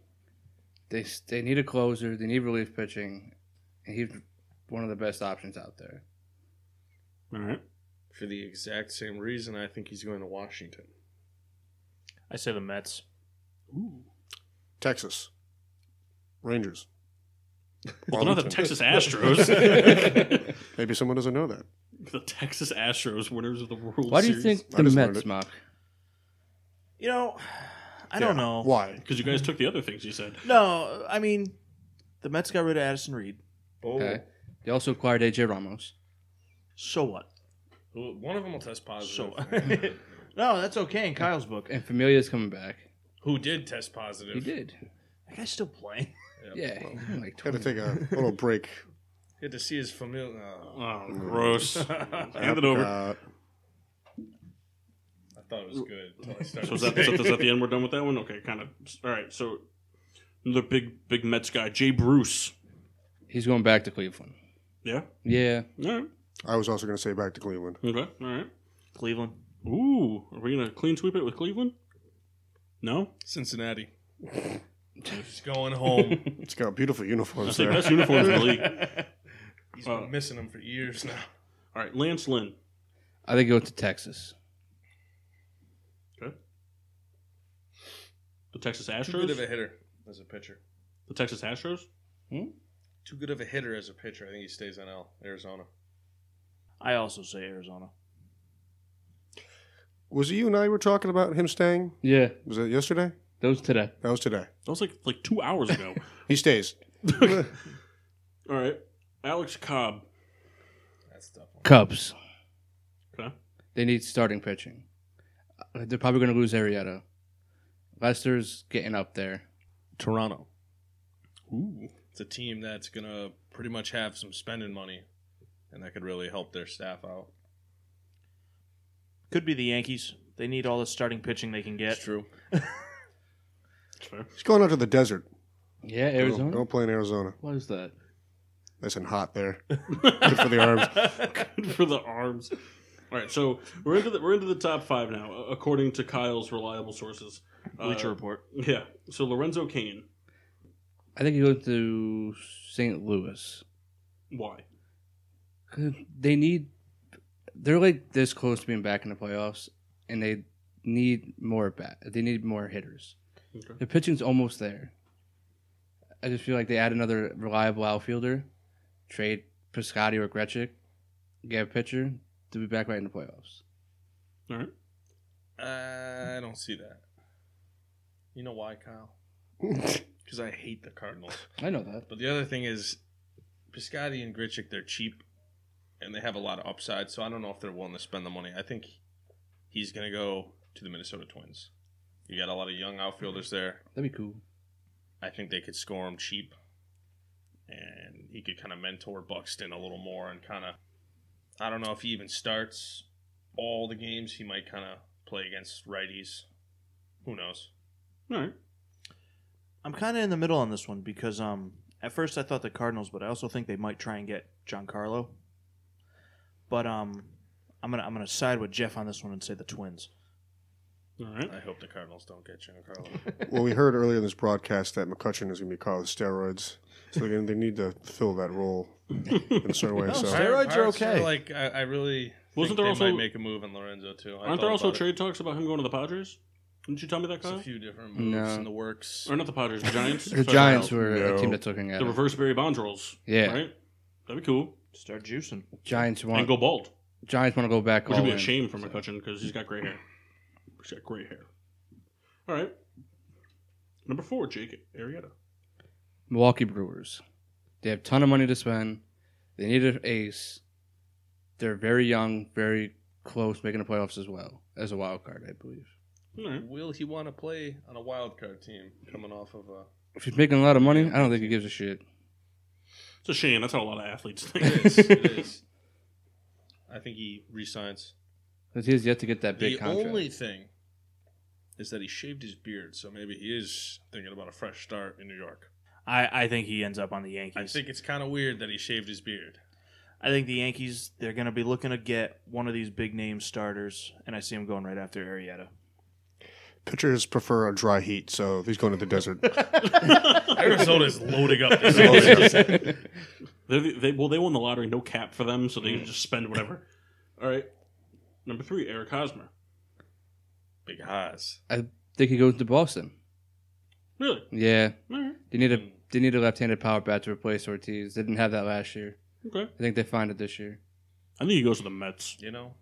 Speaker 3: They s- they need a closer. They need relief pitching, and he's one of the best options out there.
Speaker 1: All right,
Speaker 5: For the exact same reason, I think he's going to Washington.
Speaker 2: I say the Mets.
Speaker 4: Texas. Rangers.
Speaker 1: well, not the
Speaker 4: Arlington.
Speaker 1: Texas Astros.
Speaker 4: Maybe someone doesn't know that.
Speaker 1: the Texas Astros, winners of the World
Speaker 3: Why do you
Speaker 1: Series.
Speaker 3: think
Speaker 4: I
Speaker 3: the
Speaker 4: just learned
Speaker 3: Mets,
Speaker 4: it.
Speaker 3: Mock?
Speaker 2: You know, I
Speaker 4: Yeah.
Speaker 2: don't know.
Speaker 4: Why?
Speaker 1: Because you guys took the other things you said.
Speaker 2: No, I mean, the Mets got rid of Addison Reed.
Speaker 5: Oh,
Speaker 3: Okay. They also acquired AJ Ramos.
Speaker 2: So what?
Speaker 5: Well, one of them will test positive.
Speaker 2: So no, that's okay in Kyle's book.
Speaker 3: And Familia's coming back.
Speaker 5: Who did test positive?
Speaker 3: He did.
Speaker 2: That guy's still playing.
Speaker 3: Yeah.
Speaker 4: Well,
Speaker 3: he had like
Speaker 4: Got to
Speaker 3: 20.
Speaker 4: take a little break.
Speaker 5: He had to see his familiar. Oh.
Speaker 1: Oh, gross.
Speaker 5: I
Speaker 1: Hand it over.
Speaker 4: Uh,
Speaker 5: thought it was good. Until I started
Speaker 1: So is that, is, that, is that the end? We're done with that one. Okay, kind of. All right. So another big, big Mets guy, Jay Bruce.
Speaker 3: He's going back to Cleveland.
Speaker 1: Yeah.
Speaker 3: Yeah.
Speaker 1: All right.
Speaker 4: I was also going to say back to Cleveland.
Speaker 1: Okay. All right.
Speaker 2: Cleveland.
Speaker 1: Ooh, are we gonna clean sweep it with Cleveland? No.
Speaker 5: Cincinnati. He's going home.
Speaker 4: It's got beautiful
Speaker 1: That's
Speaker 4: uniforms
Speaker 1: the
Speaker 4: there.
Speaker 1: best uniforms in the league.
Speaker 5: He's
Speaker 1: Uh,
Speaker 5: been missing them for years now.
Speaker 1: All right, Lance Lynn.
Speaker 3: I think he went to Texas.
Speaker 1: Okay. The Texas
Speaker 5: Too good of
Speaker 1: Astros.
Speaker 5: a hitter as a pitcher.
Speaker 1: The Texas Astros.
Speaker 5: Too good of a hitter as a pitcher. I think he stays on L Arizona.
Speaker 2: I also say Arizona.
Speaker 4: Was it you and I were talking about him staying?
Speaker 3: Yeah.
Speaker 4: Was that yesterday?
Speaker 3: Those today.
Speaker 4: That was today.
Speaker 1: That was like like two hours ago.
Speaker 4: He stays.
Speaker 1: All right, Alex Cobb.
Speaker 5: That's a tough. One.
Speaker 3: Cubs.
Speaker 1: Okay.
Speaker 3: They need starting pitching. Uh, They're probably going to lose Arietta. Lester's getting up there.
Speaker 5: Toronto.
Speaker 1: Ooh.
Speaker 5: It's a team that's gonna pretty much have some spending money, and that could really help their staff out.
Speaker 2: Could be the Yankees. They need all the starting pitching they can get.
Speaker 5: That's true.
Speaker 1: That's fair.
Speaker 4: He's going out to the desert.
Speaker 3: Yeah,
Speaker 4: Don't-
Speaker 3: Arizona.
Speaker 4: Don't, play in Arizona.
Speaker 3: What is that?
Speaker 4: Nice and hot there. Good for the arms.
Speaker 1: Good for the arms. All right, so we're into the we're into the top five now, a- according to Kyle's reliable sources. Uh,
Speaker 2: Bleacher Report.
Speaker 1: Yeah. So Lorenzo Kane.
Speaker 3: I think he goes to St. Louis.
Speaker 1: Why?
Speaker 3: 'Cause They need. They're like this close to being back in the playoffs, and they need more bat. They need more hitters.
Speaker 1: Okay.
Speaker 3: Their pitching's almost there. I just feel like they add another reliable outfielder, trade Piscotty or Gretchick, get a pitcher to be back right in the playoffs.
Speaker 1: All right.
Speaker 5: I don't see that. You know why, Kyle? Because I hate the Cardinals.
Speaker 3: I know that.
Speaker 5: But the other thing is, Piscotty and Grichik, they're cheap, and they have a lot of upside. So I don't know if they're willing to spend the money. I think he's going to go to the Minnesota Twins. You got a lot of young outfielders there.
Speaker 3: That'd be cool.
Speaker 5: I think they could score him cheap, and he could kind of mentor Buxton a little more and kind of. I don't know if he even starts all the games. He might kind of play against righties. Who knows?
Speaker 1: All right.
Speaker 2: I'm kind of in the middle on this one because um, at first I thought the Cardinals, but I also think they might try and get Giancarlo. But um, I'm gonna I'm gonna side with Jeff on this one and say the Twins.
Speaker 1: All right.
Speaker 5: I hope the Cardinals don't get Giancarlo.
Speaker 4: well, we heard earlier in this broadcast that McCutcheon is going to be caught with steroids. So they're gonna, they need to fill that role in certain way.
Speaker 2: No,
Speaker 4: So
Speaker 2: sorry. Steroids are
Speaker 5: Pirates
Speaker 2: okay.
Speaker 5: Like I, I really
Speaker 1: Wasn't
Speaker 5: wasn't
Speaker 1: there
Speaker 5: there
Speaker 1: also-
Speaker 5: might make a move on Lorenzo too. I
Speaker 1: Aren't there
Speaker 5: thought
Speaker 1: also
Speaker 5: about it.
Speaker 1: trade talks about him going to the Padres? Didn't you tell me that,
Speaker 5: There's
Speaker 1: Kyle?
Speaker 5: a few different moves
Speaker 3: No.
Speaker 5: in the works?
Speaker 1: Or not the Padres, the Giants.
Speaker 3: The
Speaker 1: Sorry,
Speaker 3: Giants
Speaker 1: Kyle.
Speaker 3: were a
Speaker 4: No.
Speaker 3: team that's looking at
Speaker 1: the
Speaker 3: it.
Speaker 1: reverse Barry Bonds rolls.
Speaker 3: Yeah.
Speaker 1: Right. That'd be cool.
Speaker 2: Start juicing.
Speaker 3: Giants want
Speaker 1: And go bald,
Speaker 3: Giants want to go back.
Speaker 1: which
Speaker 3: all
Speaker 1: would be a
Speaker 3: in.
Speaker 1: shame for McCutcheon because he's got gray hair. She's got gray hair. All right. Number four, Jake Arietta.
Speaker 3: Milwaukee Brewers. They have a ton of money to spend. They need an ace. They're very young, very close, making the playoffs as well as a wild card, I believe.
Speaker 1: All right.
Speaker 5: Will he want to play on a wild card team coming off of a?
Speaker 3: If he's making a lot of money, I don't think he gives a shit.
Speaker 1: It's a shame. That's how a lot of athletes
Speaker 5: It
Speaker 1: think.
Speaker 5: is. It is. I think he resigns.
Speaker 3: 'Cause he has yet to get that big
Speaker 5: the
Speaker 3: contract.
Speaker 5: only thing is that he shaved his beard, so maybe he is thinking about a fresh start in New York.
Speaker 2: I, I think he ends up on the Yankees.
Speaker 5: I think it's kind of weird that he shaved his beard.
Speaker 2: I think the Yankees they're going to be looking to get one of these big name starters, and I see him going right after Arietta.
Speaker 4: Pitchers prefer a dry heat, so he's going to the desert.
Speaker 5: Arizona is loading up. This
Speaker 1: They, they well, they won the lottery, no cap for them, so they can just spend whatever. All right. Number three, Eric Hosmer.
Speaker 5: Big highs.
Speaker 3: think he goes to Boston.
Speaker 1: Really?
Speaker 3: Yeah,
Speaker 1: All right.
Speaker 3: they need a they need a left-handed power bat to replace Ortiz. They didn't have that last year.
Speaker 1: Okay.
Speaker 3: I think they find it this year.
Speaker 1: I think he goes to the Mets.
Speaker 5: You know,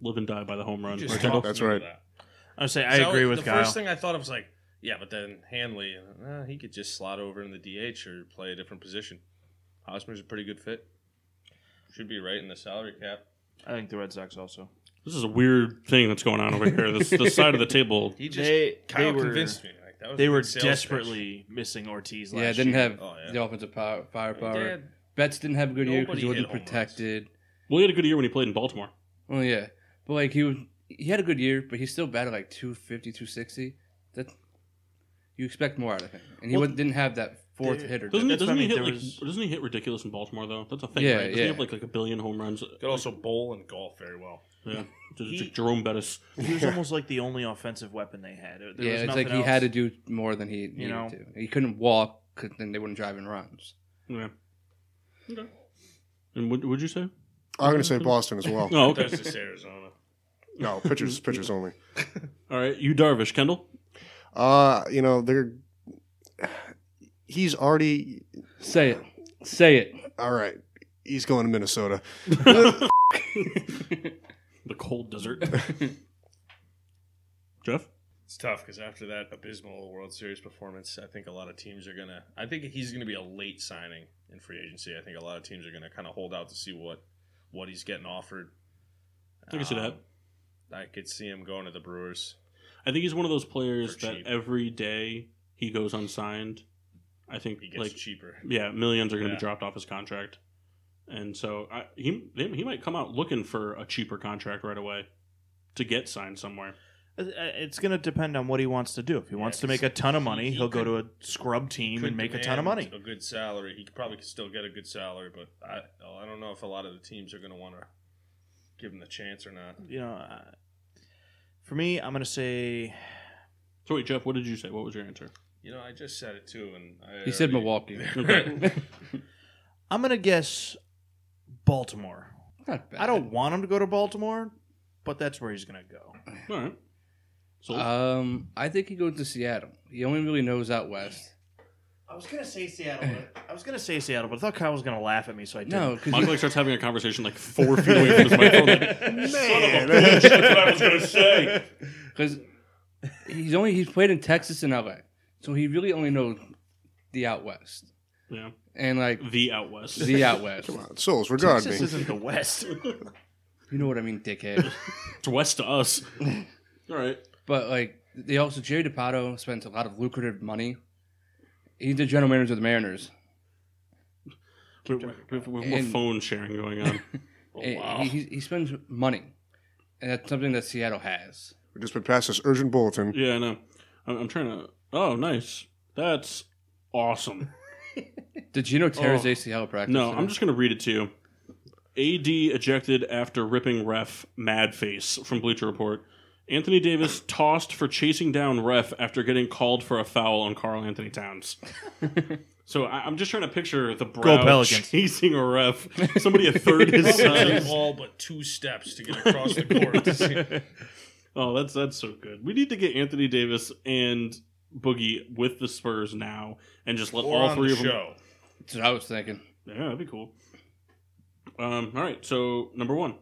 Speaker 1: Live and die by the home run.
Speaker 5: You just
Speaker 1: Right, Kendall?
Speaker 5: talked
Speaker 4: That's
Speaker 5: me into
Speaker 4: right.
Speaker 5: that.
Speaker 2: I say I
Speaker 5: So
Speaker 2: agree with
Speaker 5: the
Speaker 2: Kyle.
Speaker 5: first thing I thought of was like, yeah, but then Hanley, uh, he could just slot over in the DH or play a different position. Hosmer's a pretty good fit. Should be right in the salary cap.
Speaker 2: I think the Red Sox also.
Speaker 1: This is a weird thing that's going on over here. This the side of the table.
Speaker 5: He just
Speaker 2: They,
Speaker 5: Kyle
Speaker 2: were,
Speaker 5: convinced me. Like, that was
Speaker 2: they
Speaker 5: a
Speaker 2: were
Speaker 5: good sales pitch.
Speaker 2: desperately missing Ortiz last
Speaker 3: yeah, didn't
Speaker 2: year.
Speaker 3: have
Speaker 5: Oh, yeah.
Speaker 3: the offensive power,
Speaker 5: They
Speaker 3: firepower.
Speaker 5: had-
Speaker 3: Betts didn't have a good year
Speaker 5: Nobody
Speaker 3: because he
Speaker 5: hit
Speaker 3: wasn't
Speaker 5: home runs.
Speaker 3: protected.
Speaker 1: Well, he had a good year when he played in Baltimore.
Speaker 3: Well, yeah, but like he was, he had a good year, but he still batted like 250, 260. That you expect more out of him, and he
Speaker 1: Well,
Speaker 3: wasn't, didn't have that fourth
Speaker 2: there-
Speaker 3: hitter.
Speaker 1: Doesn't,
Speaker 2: That's
Speaker 1: doesn't
Speaker 2: what I
Speaker 1: he
Speaker 2: mean,
Speaker 1: hit
Speaker 2: there
Speaker 1: like,
Speaker 2: was-
Speaker 1: Doesn't he hit ridiculous in Baltimore though? That's a thing,
Speaker 3: Yeah,
Speaker 1: right? Doesn't he
Speaker 3: yeah.
Speaker 1: have like, like a billion home runs?
Speaker 5: Could also bowl and golf very well.
Speaker 1: Yeah, Just
Speaker 2: He-
Speaker 1: Jerome Bettis.
Speaker 2: He was almost like the only offensive weapon they had. There was
Speaker 3: yeah, it's
Speaker 2: nothing
Speaker 3: like he had to
Speaker 2: else.
Speaker 3: do more than he needed
Speaker 2: know?
Speaker 3: to. He couldn't walk because then they wouldn't drive in runs.
Speaker 1: Yeah. Okay. And what would you say?
Speaker 4: I'm going to say Boston as well.
Speaker 1: Oh,
Speaker 5: That's
Speaker 1: okay.
Speaker 5: just Arizona.
Speaker 4: No, pitchers, pitchers only.
Speaker 1: All right. You Darvish, Kendall.
Speaker 4: Uh, you know they're. He's already
Speaker 3: Say it, say it.
Speaker 4: all right. He's going to Minnesota.
Speaker 1: The cold desert. Jeff.
Speaker 5: It's tough because after that abysmal World Series performance, I think a lot of teams are gonna. I think he's gonna be a late signing in free agency. I think a lot of teams are gonna kind of hold out to see what what he's getting offered. Um,
Speaker 1: I can see that.
Speaker 5: I could see him going to the Brewers.
Speaker 1: I think he's one of those players
Speaker 5: For
Speaker 1: that
Speaker 5: cheap.
Speaker 1: every day he goes unsigned. I think
Speaker 5: He gets
Speaker 1: like
Speaker 5: cheaper.
Speaker 1: yeah, millions are going to
Speaker 5: Yeah.
Speaker 1: be dropped off his contract, and so I, he they- he might come out looking for a cheaper contract right away to get signed somewhere.
Speaker 2: Uh, uh, It's going to depend on what he wants to do. If he
Speaker 5: Yeah,
Speaker 2: wants to
Speaker 5: 'cause
Speaker 2: make a ton of money,
Speaker 5: he-
Speaker 2: he
Speaker 5: he
Speaker 2: will go
Speaker 5: could-
Speaker 2: to a scrub team
Speaker 5: Could
Speaker 2: and make a ton of money.
Speaker 5: demand A good salary. He could probably could still get a good salary, but I I don't know if a lot of the teams are gonna want to give him the chance or not.
Speaker 2: You know, uh, for me, I'm going to say
Speaker 1: So wait, Jeff, what did you say? What was your answer?
Speaker 5: You know, I just said it too, and I
Speaker 3: He said
Speaker 5: already-
Speaker 3: Milwaukee.
Speaker 1: Okay.
Speaker 2: I'm going to guess Baltimore.
Speaker 3: Not bad.
Speaker 2: I don't want him to go to Baltimore, but that's where he's going to go.
Speaker 1: All right. So
Speaker 3: Um, I think he goes to Seattle. He only really knows out west.
Speaker 2: I was going to say Seattle. but- I was going to say Seattle, but I thought Kyle was going to laugh at me, so I didn't.
Speaker 3: No,
Speaker 1: Michael
Speaker 3: because
Speaker 1: like, starts having a conversation like four feet away from his microphone. Like,
Speaker 4: Man,
Speaker 1: That's what I was going to say.
Speaker 3: he's only he's played in Texas and LA, so he really only knows the out west
Speaker 1: Yeah,
Speaker 3: and like
Speaker 1: the out west.
Speaker 3: the out west.
Speaker 4: come on, souls, regard
Speaker 2: Texas
Speaker 4: me.
Speaker 2: isn't the West.
Speaker 3: You know what I mean, dickhead.
Speaker 1: It's west to us. All right.
Speaker 3: but like they also Jerry DePato spent a lot of lucrative money. He's the general manager of the Mariners.
Speaker 1: We, we, we have more
Speaker 3: And-
Speaker 1: phone sharing going on. Oh,
Speaker 3: And he, he, he spends money, and that's something that Seattle has.
Speaker 4: We've just been past this urgent bulletin.
Speaker 1: Yeah, I know. I'm, I'm trying to. Oh, nice. That's awesome.
Speaker 3: Did Gino tear his
Speaker 1: Oh.
Speaker 3: ACL practice?
Speaker 1: No,
Speaker 3: today?
Speaker 1: I'm just going to read it to you. AD ejected after ripping ref mad face from Bleacher Report. Anthony Davis tossed for chasing down ref after getting called for a foul on Carl Anthony Towns. so I, I'm just trying to picture the brow
Speaker 2: Pelicans.
Speaker 1: chasing a ref. Somebody a third his
Speaker 5: Probably
Speaker 1: size.
Speaker 5: all but two steps to get across the court.
Speaker 1: Oh, that's that's so good. We need to get Anthony Davis and Boogie with the Spurs now, and just let
Speaker 5: or
Speaker 1: all
Speaker 5: on
Speaker 1: three
Speaker 5: the
Speaker 1: of them.
Speaker 5: show.
Speaker 3: That's what I was thinking.
Speaker 1: Yeah, that'd be cool. Um, all right, so number one,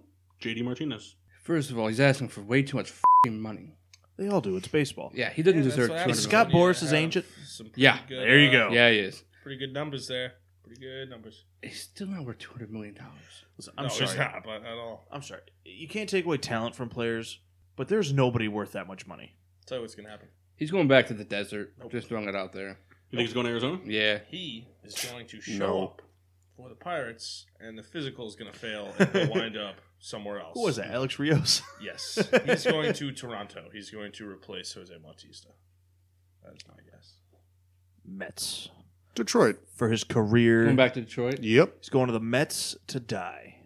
Speaker 1: JD Martinez.
Speaker 3: First of all, he's asking for way too much money.
Speaker 2: They all do. It's baseball.
Speaker 3: Yeah, he doesn't
Speaker 5: Yeah,
Speaker 3: deserve.
Speaker 5: that's what
Speaker 3: 200
Speaker 5: happens
Speaker 2: Is
Speaker 5: when
Speaker 2: Scott
Speaker 5: you
Speaker 2: Boris'
Speaker 5: have
Speaker 2: agent?
Speaker 5: some pretty
Speaker 3: Yeah.
Speaker 5: good,
Speaker 2: There you
Speaker 5: uh,
Speaker 2: go.
Speaker 3: million. Yeah, he is.
Speaker 5: Pretty good numbers there. Pretty good numbers.
Speaker 3: He's still not worth two hundred million dollars.
Speaker 2: I'm
Speaker 5: no,
Speaker 2: sorry.
Speaker 5: it's not, but at all.
Speaker 2: I'm sorry. You can't take away talent from players, but there's nobody worth that much money.
Speaker 5: Tell you what's gonna happen.
Speaker 3: He's going back to the desert. Just throwing it out there.
Speaker 1: You think he's going to Arizona?
Speaker 3: Yeah,
Speaker 5: He is going to show
Speaker 4: No.
Speaker 5: up for the Pirates, and the physical is gonna fail, and he'll wind up somewhere else.
Speaker 2: Who was that? Alex Rios.
Speaker 5: Yes, he's going to Toronto. He's going to replace Jose Bautista. That's my guess.
Speaker 2: Mets
Speaker 4: Detroit.
Speaker 2: for his career.
Speaker 3: going back to Detroit.
Speaker 4: Yep.
Speaker 2: He's going to the Mets to die.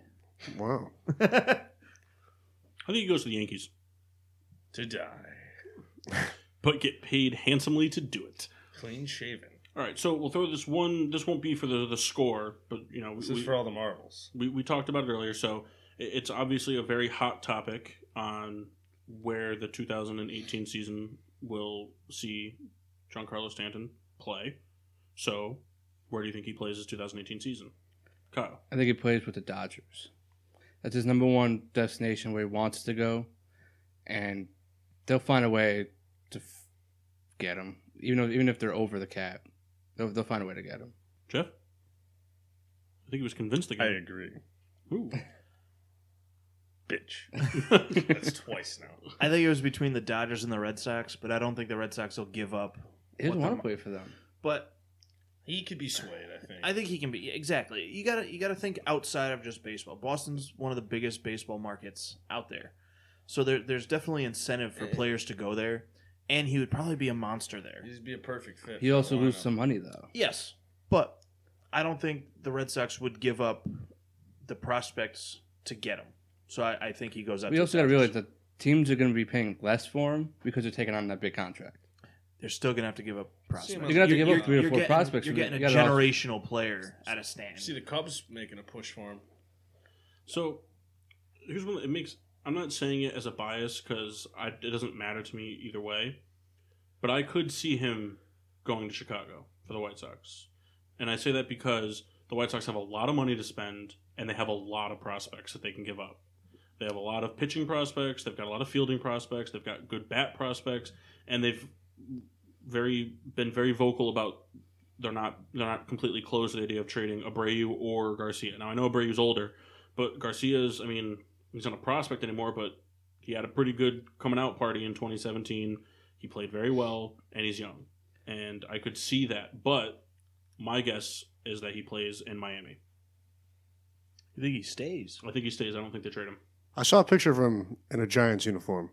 Speaker 4: Wow.
Speaker 1: I think he goes to the Yankees,
Speaker 5: To die,
Speaker 1: but get paid handsomely to do it.
Speaker 5: clean shaven.
Speaker 1: All right, so we'll throw this one. This won't be for the the score, but you know,
Speaker 5: This
Speaker 1: we,
Speaker 5: is for all the marbles.
Speaker 1: we, we talked about it earlier. So i- it's obviously a very hot topic on where the 2018 season will see Giancarlo Stanton play. So where do you think he plays his 2018 season? Kyle,
Speaker 3: I think he plays with the Dodgers. That's his number one destination where he wants to go, and they'll find a way to f- get him. Even though, even if they're over the cap, they'll, they'll find a way to get him.
Speaker 1: Jeff. I think he was convinced
Speaker 5: I
Speaker 1: again.
Speaker 5: agree.
Speaker 1: Ooh.
Speaker 5: Bitch. That's twice now.
Speaker 2: I think it was between the Dodgers and the Red Sox, but I don't think the Red Sox will give up.
Speaker 3: He doesn't
Speaker 2: what
Speaker 3: want
Speaker 2: the-
Speaker 3: to play for them.
Speaker 2: But
Speaker 5: He could be swayed, I think.
Speaker 2: I think he can be exactly. You gotta you gotta think outside of just baseball. Boston's one of the biggest baseball markets out there, so there, there's definitely incentive
Speaker 3: Eh.
Speaker 2: for players to go there, and he would probably be a monster there.
Speaker 5: He'd be a perfect fit.
Speaker 3: He
Speaker 5: for
Speaker 3: also
Speaker 5: the
Speaker 3: lose
Speaker 5: lineup.
Speaker 3: some money though.
Speaker 2: Yes, but I don't think the Red Sox would give up the prospects to get him. So I, I think he goes out.
Speaker 3: We
Speaker 2: to
Speaker 3: also
Speaker 2: the
Speaker 3: got to
Speaker 2: Dodgers.
Speaker 3: realize that teams are going to be paying less for him because they're taking on that big contract.
Speaker 2: they're still gonna have to give up prospects.
Speaker 5: You're
Speaker 3: You're going to have to
Speaker 5: You're-
Speaker 3: give up three
Speaker 2: You're
Speaker 3: or four
Speaker 2: getting-
Speaker 3: prospects.
Speaker 2: You're
Speaker 3: You
Speaker 2: getting a
Speaker 3: gotta also-
Speaker 2: generational player out of stand.
Speaker 5: See the Cubs making a push for him.
Speaker 1: So here's one. It makes. I'm not saying it as a bias because it doesn't matter to me either way. But I could see him going to Chicago for the White Sox, and I say that because the White Sox have a lot of money to spend and they have a lot of prospects that they can give up. They have a lot of pitching prospects. They've got a lot of fielding prospects. They've got good bat prospects, and they've very been very vocal about they're not they're not completely closed to the idea of trading Abreu or Garcia. Now I know Abreu's older, but Garcia's, I mean, he's not a prospect anymore, but he had a pretty good coming out party in 2017. He played very well, and he's young. And I could see that. But my guess is that he plays in Miami.
Speaker 2: you think he stays?
Speaker 1: I think he stays. I don't think they trade him.
Speaker 4: I saw a picture of him in a Giants uniform,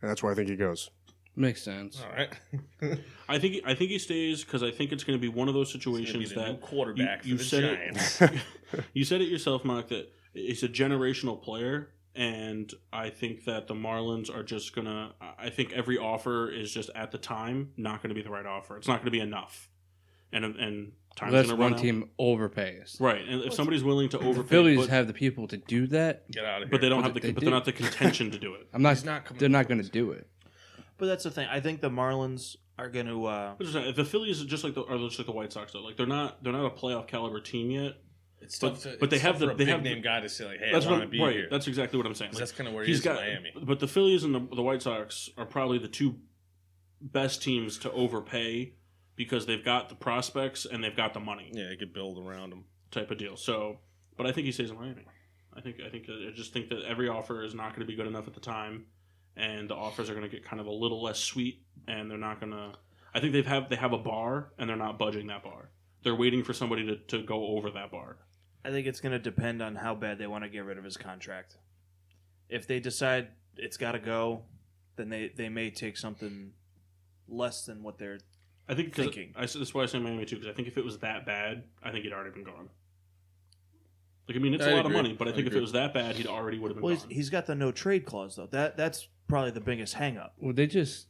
Speaker 4: and that's where I think he goes.
Speaker 3: Makes sense.
Speaker 5: All right.
Speaker 1: I think I think he stays because I think it's going to be one of those
Speaker 5: He's gonna be
Speaker 1: situations
Speaker 5: the new
Speaker 1: that
Speaker 5: quarterback
Speaker 1: you- you
Speaker 5: for the
Speaker 1: said it.
Speaker 5: Giants.
Speaker 1: you said it yourself, Mark, that it's a generational player, and I think that the Marlins are just gonna. I think every offer is just at the time not going to be the right offer. It's not going to be enough, and and time's going
Speaker 3: Unless
Speaker 1: to
Speaker 3: one
Speaker 1: run out.
Speaker 3: team overpays.
Speaker 1: Right, and if somebody's willing to
Speaker 3: The
Speaker 1: overpay,
Speaker 3: Phillies
Speaker 1: but,
Speaker 3: have the people to do that.
Speaker 5: Get out of here.
Speaker 1: but they don't
Speaker 3: but
Speaker 1: have the,
Speaker 3: they
Speaker 1: but they're
Speaker 3: do.
Speaker 1: not the contention to do it.
Speaker 3: I'm not.
Speaker 5: He's not coming
Speaker 3: they're not
Speaker 5: to
Speaker 3: going to do it.
Speaker 2: But that's the thing. I think the Marlins are going to. Uh,
Speaker 1: But just, uh, The Phillies are just like the, are just like the White Sox though. Like they're not they're not a playoff caliber team yet.
Speaker 5: It's
Speaker 1: but-
Speaker 5: tough to,
Speaker 1: but they
Speaker 5: it's
Speaker 1: have
Speaker 5: tough
Speaker 1: the-
Speaker 5: for a
Speaker 1: they
Speaker 5: big
Speaker 1: have
Speaker 5: name
Speaker 1: the-
Speaker 5: guy to say, "Hey,
Speaker 1: that's
Speaker 5: I
Speaker 1: what
Speaker 5: want
Speaker 1: I'm-
Speaker 5: to be
Speaker 1: right.
Speaker 5: here."
Speaker 1: That's exactly what I'm saying.
Speaker 5: 'Cause
Speaker 1: Like,
Speaker 5: that's kind of where he
Speaker 1: He's
Speaker 5: is in
Speaker 1: got,
Speaker 5: Miami.
Speaker 1: but the Phillies and the, the White Sox are probably the two best teams to overpay because they've got the prospects and they've got the money
Speaker 5: Yeah, they could build around him.
Speaker 1: type of deal. So, but I think he stays in Miami. I think I think I just think that every offer is not going to be good enough at the time, and the offers are going to get kind of a little less sweet, and they're not going to. I think they've have they have a bar and they're not budging that bar. They're waiting for somebody to, to go over that bar.
Speaker 2: I think it's going to depend on how bad they want to get rid of his contract. If they decide it's got to go, then they, they may take something less than what they're.
Speaker 1: I think 'cause
Speaker 2: Thinking.
Speaker 1: I, that's why I say Miami too because I think if it was that bad, I think he'd already been gone. Like I mean, it's a
Speaker 5: I
Speaker 1: lot of
Speaker 5: agree.
Speaker 1: money, but I
Speaker 5: I
Speaker 1: think if
Speaker 5: agree.
Speaker 1: it was that bad, he'd already would have been
Speaker 2: Well, he's,
Speaker 1: gone.
Speaker 2: he's got the no trade clause though. That that's probably the biggest hang up.
Speaker 3: Well, they just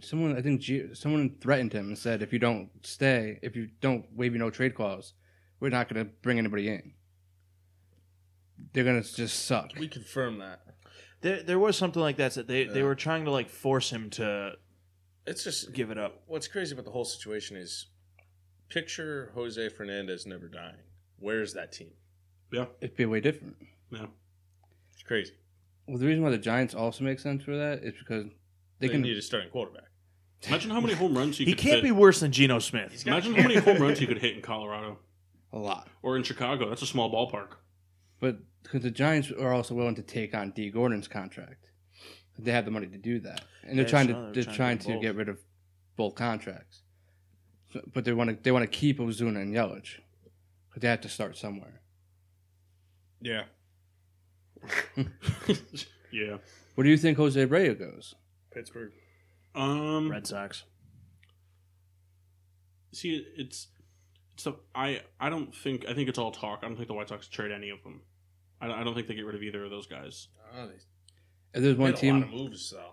Speaker 3: someone. I think G, someone threatened him and said, "If you don't stay, if you don't waive your no trade clause, we're not going to bring anybody in. They're going to just suck."
Speaker 5: We confirm that.
Speaker 2: There, there was something like that. that they they
Speaker 5: Yeah.
Speaker 2: were trying to like force him to
Speaker 5: It's just
Speaker 2: give it up.
Speaker 5: What's crazy about the whole situation is, picture Jose Fernandez never dying. Where's that team?
Speaker 1: yeah,
Speaker 3: It'd be way different.
Speaker 1: yeah.
Speaker 5: It's crazy.
Speaker 3: Well, the reason why the Giants also make sense for that is because
Speaker 5: They,
Speaker 3: they, can.
Speaker 5: need a starting quarterback.
Speaker 1: Imagine how many home runs you
Speaker 2: He
Speaker 1: could
Speaker 2: can't
Speaker 1: fit.
Speaker 2: be worse than Geno Smith.
Speaker 1: Imagine how many home runs you could hit in Colorado
Speaker 3: a lot.
Speaker 1: or in Chicago. That's a small ballpark.
Speaker 3: But because the Giants are also willing to take on D Gordon's contract, they have the money to do that, and they're
Speaker 2: Yeah,
Speaker 3: trying
Speaker 2: so
Speaker 3: to
Speaker 2: they're
Speaker 3: they're
Speaker 2: trying
Speaker 3: trying
Speaker 2: to
Speaker 3: to,
Speaker 2: do both.
Speaker 3: get rid of both contracts. So, but they want to they want to keep Ozuna and Yelich, but they have to start somewhere.
Speaker 5: Yeah.
Speaker 1: yeah.
Speaker 3: Where do you think Jose Abreu goes?
Speaker 5: Pittsburgh.
Speaker 1: Um.
Speaker 2: Red Sox.
Speaker 1: See, it's it's a, I I don't think I think it's all talk. I don't think the White Sox trade any of them. I, don't- I don't think they get rid of either of those guys.
Speaker 5: Oh, they
Speaker 3: If there's one
Speaker 5: made a lot of
Speaker 3: team,
Speaker 5: moves though.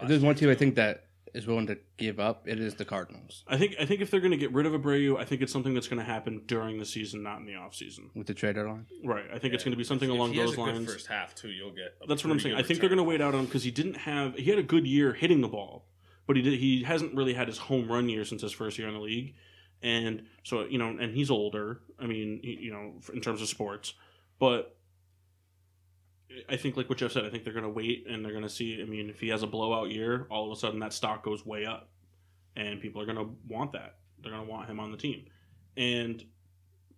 Speaker 3: if there's one
Speaker 5: Last
Speaker 3: team
Speaker 5: year,
Speaker 3: I
Speaker 5: too.
Speaker 3: think that is willing to give up, it is the Cardinals
Speaker 1: I think I think if they're going to get rid of Abreu, I think it's something that's going to happen during the season, not in the off season.
Speaker 3: with the trade deadline.
Speaker 1: Right. I think it's
Speaker 5: Yeah.
Speaker 1: going to be something
Speaker 5: If
Speaker 1: along
Speaker 5: he has
Speaker 1: those
Speaker 5: a good
Speaker 1: lines.
Speaker 5: first half too, you'll get. a
Speaker 1: That's what I'm
Speaker 5: pretty
Speaker 1: saying. I
Speaker 5: good
Speaker 1: think they're going to
Speaker 5: return.
Speaker 1: wait out on him because he didn't have he had a good year hitting the ball, but he did, he hasn't really had his home run year since his first year in the league, and so you know, and he's older. I mean, y- you know, f- in terms of sports, but I think like what Jeff said, I think they're going to wait and they're going to see. I mean, if he has a blowout year, all of a sudden that stock goes way up, and people are going to want that. They're going to want him on the team, and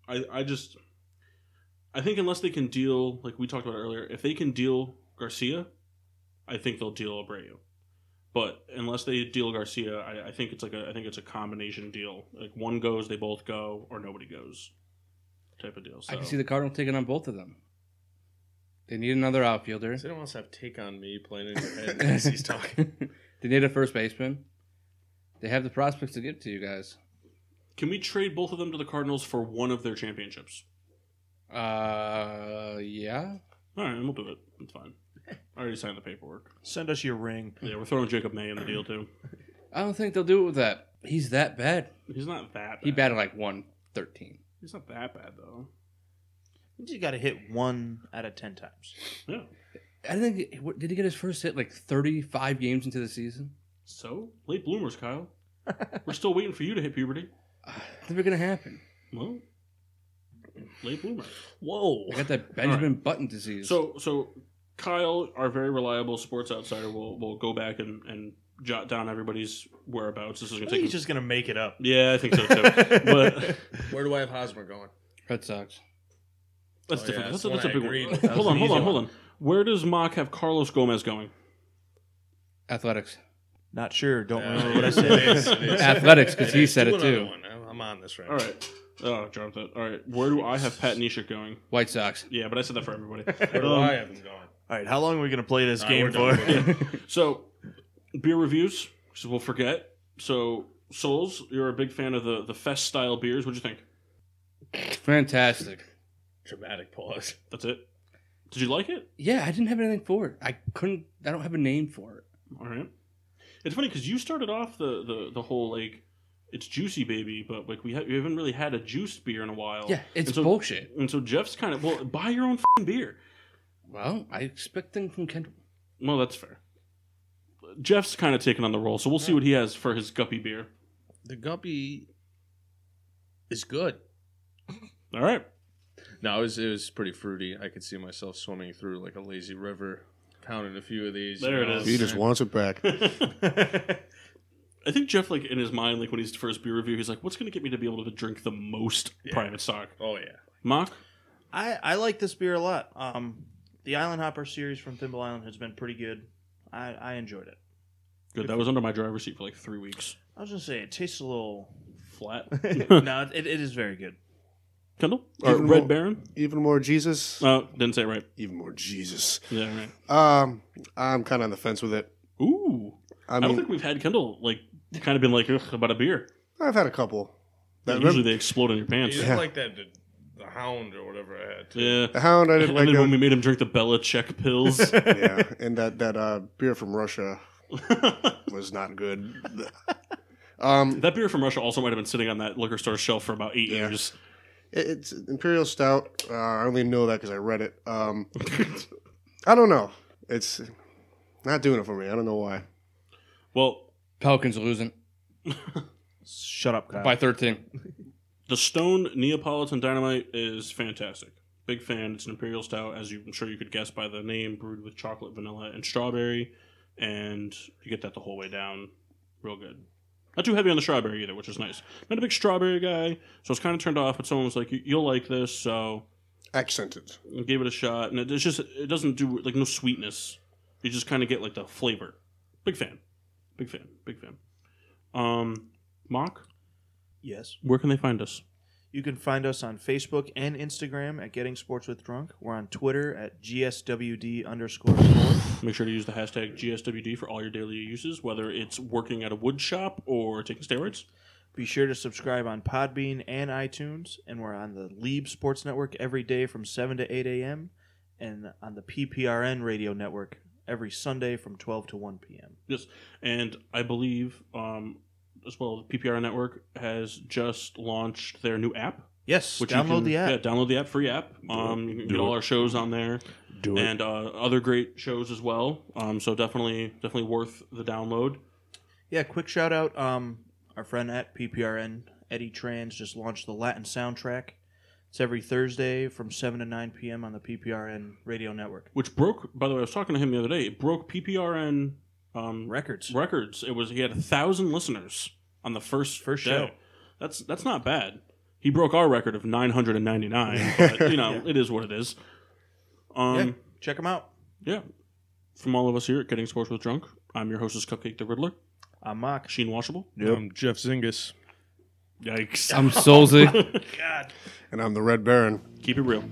Speaker 1: I I just I think unless they can deal, like we talked about earlier, if they can deal Garcia, I think they'll deal Abreu. But unless they deal Garcia, I, I think it's like a I think it's a combination deal. Like one goes, they both go, or nobody goes, type of deal. So
Speaker 3: I can see the Cardinals taking on both of them. They need another outfielder.
Speaker 5: Does anyone else have take on me playing in your head as he's talking?
Speaker 3: they need a first baseman. They have the prospects to give to you guys.
Speaker 1: can we trade both of them to the Cardinals for one of their championships?
Speaker 3: Uh, yeah.
Speaker 1: All right, we'll do it. It's fine. I already signed the paperwork.
Speaker 2: Send us your ring.
Speaker 1: Yeah, we're throwing Jacob May in the deal too.
Speaker 3: I don't think they'll do it with that. He's that bad.
Speaker 1: He's not that. Bad.
Speaker 3: He batted like one thirteen.
Speaker 1: He's not that bad though.
Speaker 2: You just got to hit one out of ten times.
Speaker 1: Yeah.
Speaker 3: I think what- did he get his first hit like thirty five games into the season?
Speaker 1: So late bloomers, Kyle. we're still waiting for you to hit puberty.
Speaker 3: Uh, never gonna happen.
Speaker 1: Well, late bloomer.
Speaker 5: Whoa!
Speaker 3: I got that Benjamin Button disease.
Speaker 1: So, so Kyle, our very reliable sports outsider, will will go back and, and jot down everybody's whereabouts. This is
Speaker 2: I
Speaker 1: gonna
Speaker 2: think
Speaker 1: take.
Speaker 2: he's just gonna make it up.
Speaker 1: yeah, I think so too. but
Speaker 5: Where do I have Hosmer going?
Speaker 3: Red Sox.
Speaker 1: that's
Speaker 5: Oh, yeah,
Speaker 1: different.
Speaker 5: that's
Speaker 1: that's,
Speaker 5: the
Speaker 1: a,
Speaker 5: one
Speaker 1: that's a
Speaker 5: I
Speaker 1: big
Speaker 5: agreed
Speaker 1: one.
Speaker 5: with. That
Speaker 1: Hold
Speaker 5: was
Speaker 1: on,
Speaker 5: an
Speaker 1: hold
Speaker 5: easy
Speaker 1: on, hold on. Where does Mock have Carlos Gomez going?
Speaker 3: Athletics.
Speaker 2: Not sure. Don't
Speaker 5: Yeah,
Speaker 2: remember what I
Speaker 5: Uh, it
Speaker 2: said.
Speaker 5: is, it is.
Speaker 3: Athletics, 'cause
Speaker 5: It
Speaker 3: he
Speaker 5: is.
Speaker 3: said
Speaker 5: Do
Speaker 3: it,
Speaker 5: another
Speaker 3: too.
Speaker 5: one. I'm- I'm on this right.
Speaker 1: All right. Oh, dropped that. All right. Where do I have Pat Nisha going?
Speaker 3: White Sox.
Speaker 1: Yeah, but I said that for everybody.
Speaker 5: Where do
Speaker 1: Um,
Speaker 5: I have him going?
Speaker 2: All right, how long are we gonna play this
Speaker 5: All right,
Speaker 2: game
Speaker 5: we're done.
Speaker 2: for?
Speaker 5: We're done.
Speaker 1: So, beer reviews, because we'll forget. So, Souls, you're a big fan of the, the fest style beers. What'd you think?
Speaker 3: Fantastic.
Speaker 5: Dramatic pause.
Speaker 1: That's it. Did you like it?
Speaker 3: Yeah, I didn't have anything for it. I couldn't. I don't have a name for it.
Speaker 1: All right. It's funny because you started off the, the, the whole like it's juicy baby, but like we, ha- we haven't really had a juiced beer in a while.
Speaker 3: Yeah, it's
Speaker 1: Oh. And so-
Speaker 3: bullshit.
Speaker 1: And so Jeff's kind of well, buy your own fing beer.
Speaker 3: Well, I expect things from Kendall.
Speaker 1: Well, that's fair. Jeff's kind of taking on the role, so we'll see what he has for his guppy beer.
Speaker 5: The Guppy is good.
Speaker 1: All right.
Speaker 5: No, it was it was pretty fruity. I could see myself swimming through like a lazy river, counting a few of these.
Speaker 1: There it
Speaker 5: know
Speaker 1: is.
Speaker 5: what
Speaker 4: He
Speaker 5: I'm
Speaker 4: just
Speaker 5: saying?
Speaker 4: wants it back.
Speaker 1: I think Jeff, like in his mind, like when he's the first beer review, he's like, "What's going to get me to be able to drink the most
Speaker 5: Yeah.
Speaker 1: private stock?"
Speaker 5: Oh yeah.
Speaker 1: Mock.
Speaker 2: I, I like this beer a lot. Um, the Island Hopper series from Thimble Island has been pretty good. I, I enjoyed it.
Speaker 1: Good. That was under my driver's seat for like three weeks.
Speaker 2: I was gonna say it tastes a little.
Speaker 1: Flat.
Speaker 2: no, it, it is very good.
Speaker 1: Kendall.
Speaker 4: Or
Speaker 1: Or Red
Speaker 4: Mo-
Speaker 1: Baron.
Speaker 4: Even more Jesus.
Speaker 1: Oh, didn't say it right.
Speaker 4: Even more Jesus.
Speaker 1: Yeah, right.
Speaker 4: Um, I'm kind of on the fence with it.
Speaker 1: Ooh. I,
Speaker 4: I mean, I
Speaker 1: don't think we've had Kendall like kind of been like Ugh, about a beer.
Speaker 4: have had a couple. That
Speaker 1: Usually they explode in your
Speaker 5: You
Speaker 1: pants.
Speaker 5: didn't
Speaker 1: Yeah.
Speaker 4: Yeah.
Speaker 5: like that the, the hound or whatever I had. Too.
Speaker 4: the Hound, I
Speaker 1: And
Speaker 4: didn't like um,
Speaker 1: then when we
Speaker 4: that.
Speaker 1: made him drink the Bella check pills.
Speaker 4: yeah, and that that uh, beer from Russia was not good. um,
Speaker 1: that beer from Russia also might have been sitting on that liquor store shelf for about eight
Speaker 4: Yeah.
Speaker 1: years.
Speaker 4: it- it's Imperial Stout. Uh, I only know that because I read it. Um, I don't know. It's not doing it for me. I don't know why.
Speaker 1: Well,
Speaker 3: Pelicans are losing
Speaker 2: Shut up, Kyle.
Speaker 3: by thirteen.
Speaker 1: The Stone Neapolitan Dynamite is fantastic. Big fan. It's an imperial stout, as you, I'm sure you could guess by the name, brewed with chocolate, vanilla, and strawberry, and you get that the whole way down. Real good. Not too heavy on the strawberry either, which is nice. Not a big strawberry guy, so I was kind of turned off. But someone was like, "You- "You'll like this," so
Speaker 4: Accented.
Speaker 1: I gave it a shot, and it, it's just it doesn't do like no sweetness. You just kind of get like the flavor. Big fan, big fan, big fan. Um, Mock,
Speaker 2: Yes.
Speaker 1: where can they find us?
Speaker 2: You can find us on Facebook and Instagram at Getting Sports with Drunk. We're on Twitter at GSWD underscore sport.
Speaker 1: Make sure to use the hashtag GSWD for all your daily uses, whether it's working at a wood shop or taking steroids.
Speaker 2: Be sure to subscribe on Podbean and iTunes, and we're on the Lieb Sports Network every day from 7 to 8 a.m., and on the PPRN Radio Network every Sunday from 12 to 1 p.m.
Speaker 1: And I believe, um, as well, the PPR Network has just launched their new app.
Speaker 2: Yes,
Speaker 1: Which you
Speaker 2: download
Speaker 1: can-
Speaker 2: the app.
Speaker 1: Yeah, download the app, free app. Um, you can get all our shows on there.
Speaker 5: Do
Speaker 1: and uh, other great shows as well. Um, so definitely, definitely worth the download.
Speaker 2: Yeah, quick shout out. Um, our friend at PPRN, Eddie Trans, just launched the Latin soundtrack. It's every Thursday from 7 to 9 p.m. on the PPRN Radio Network.
Speaker 1: Which broke, by the way, I was talking to him the other day. It broke PPRN um,
Speaker 2: Records.
Speaker 1: records. It was he had a thousand listeners on the first
Speaker 2: First
Speaker 1: day.
Speaker 2: show.
Speaker 1: That's that's not bad. He broke our record of nine hundred and ninety nine. but You know, it is what it is. Um,
Speaker 2: yeah, check them out.
Speaker 1: yeah. From all of us here at Getting Sports with Drunk, I'm your hostess, Cupcake the Riddler,
Speaker 2: I'm Mock.
Speaker 1: Sheen Washable.
Speaker 5: I'm Um, Jeff Zingas.
Speaker 1: Yikes!
Speaker 3: I'm Solzy.
Speaker 4: And I'm the Red Baron.
Speaker 1: Keep it real.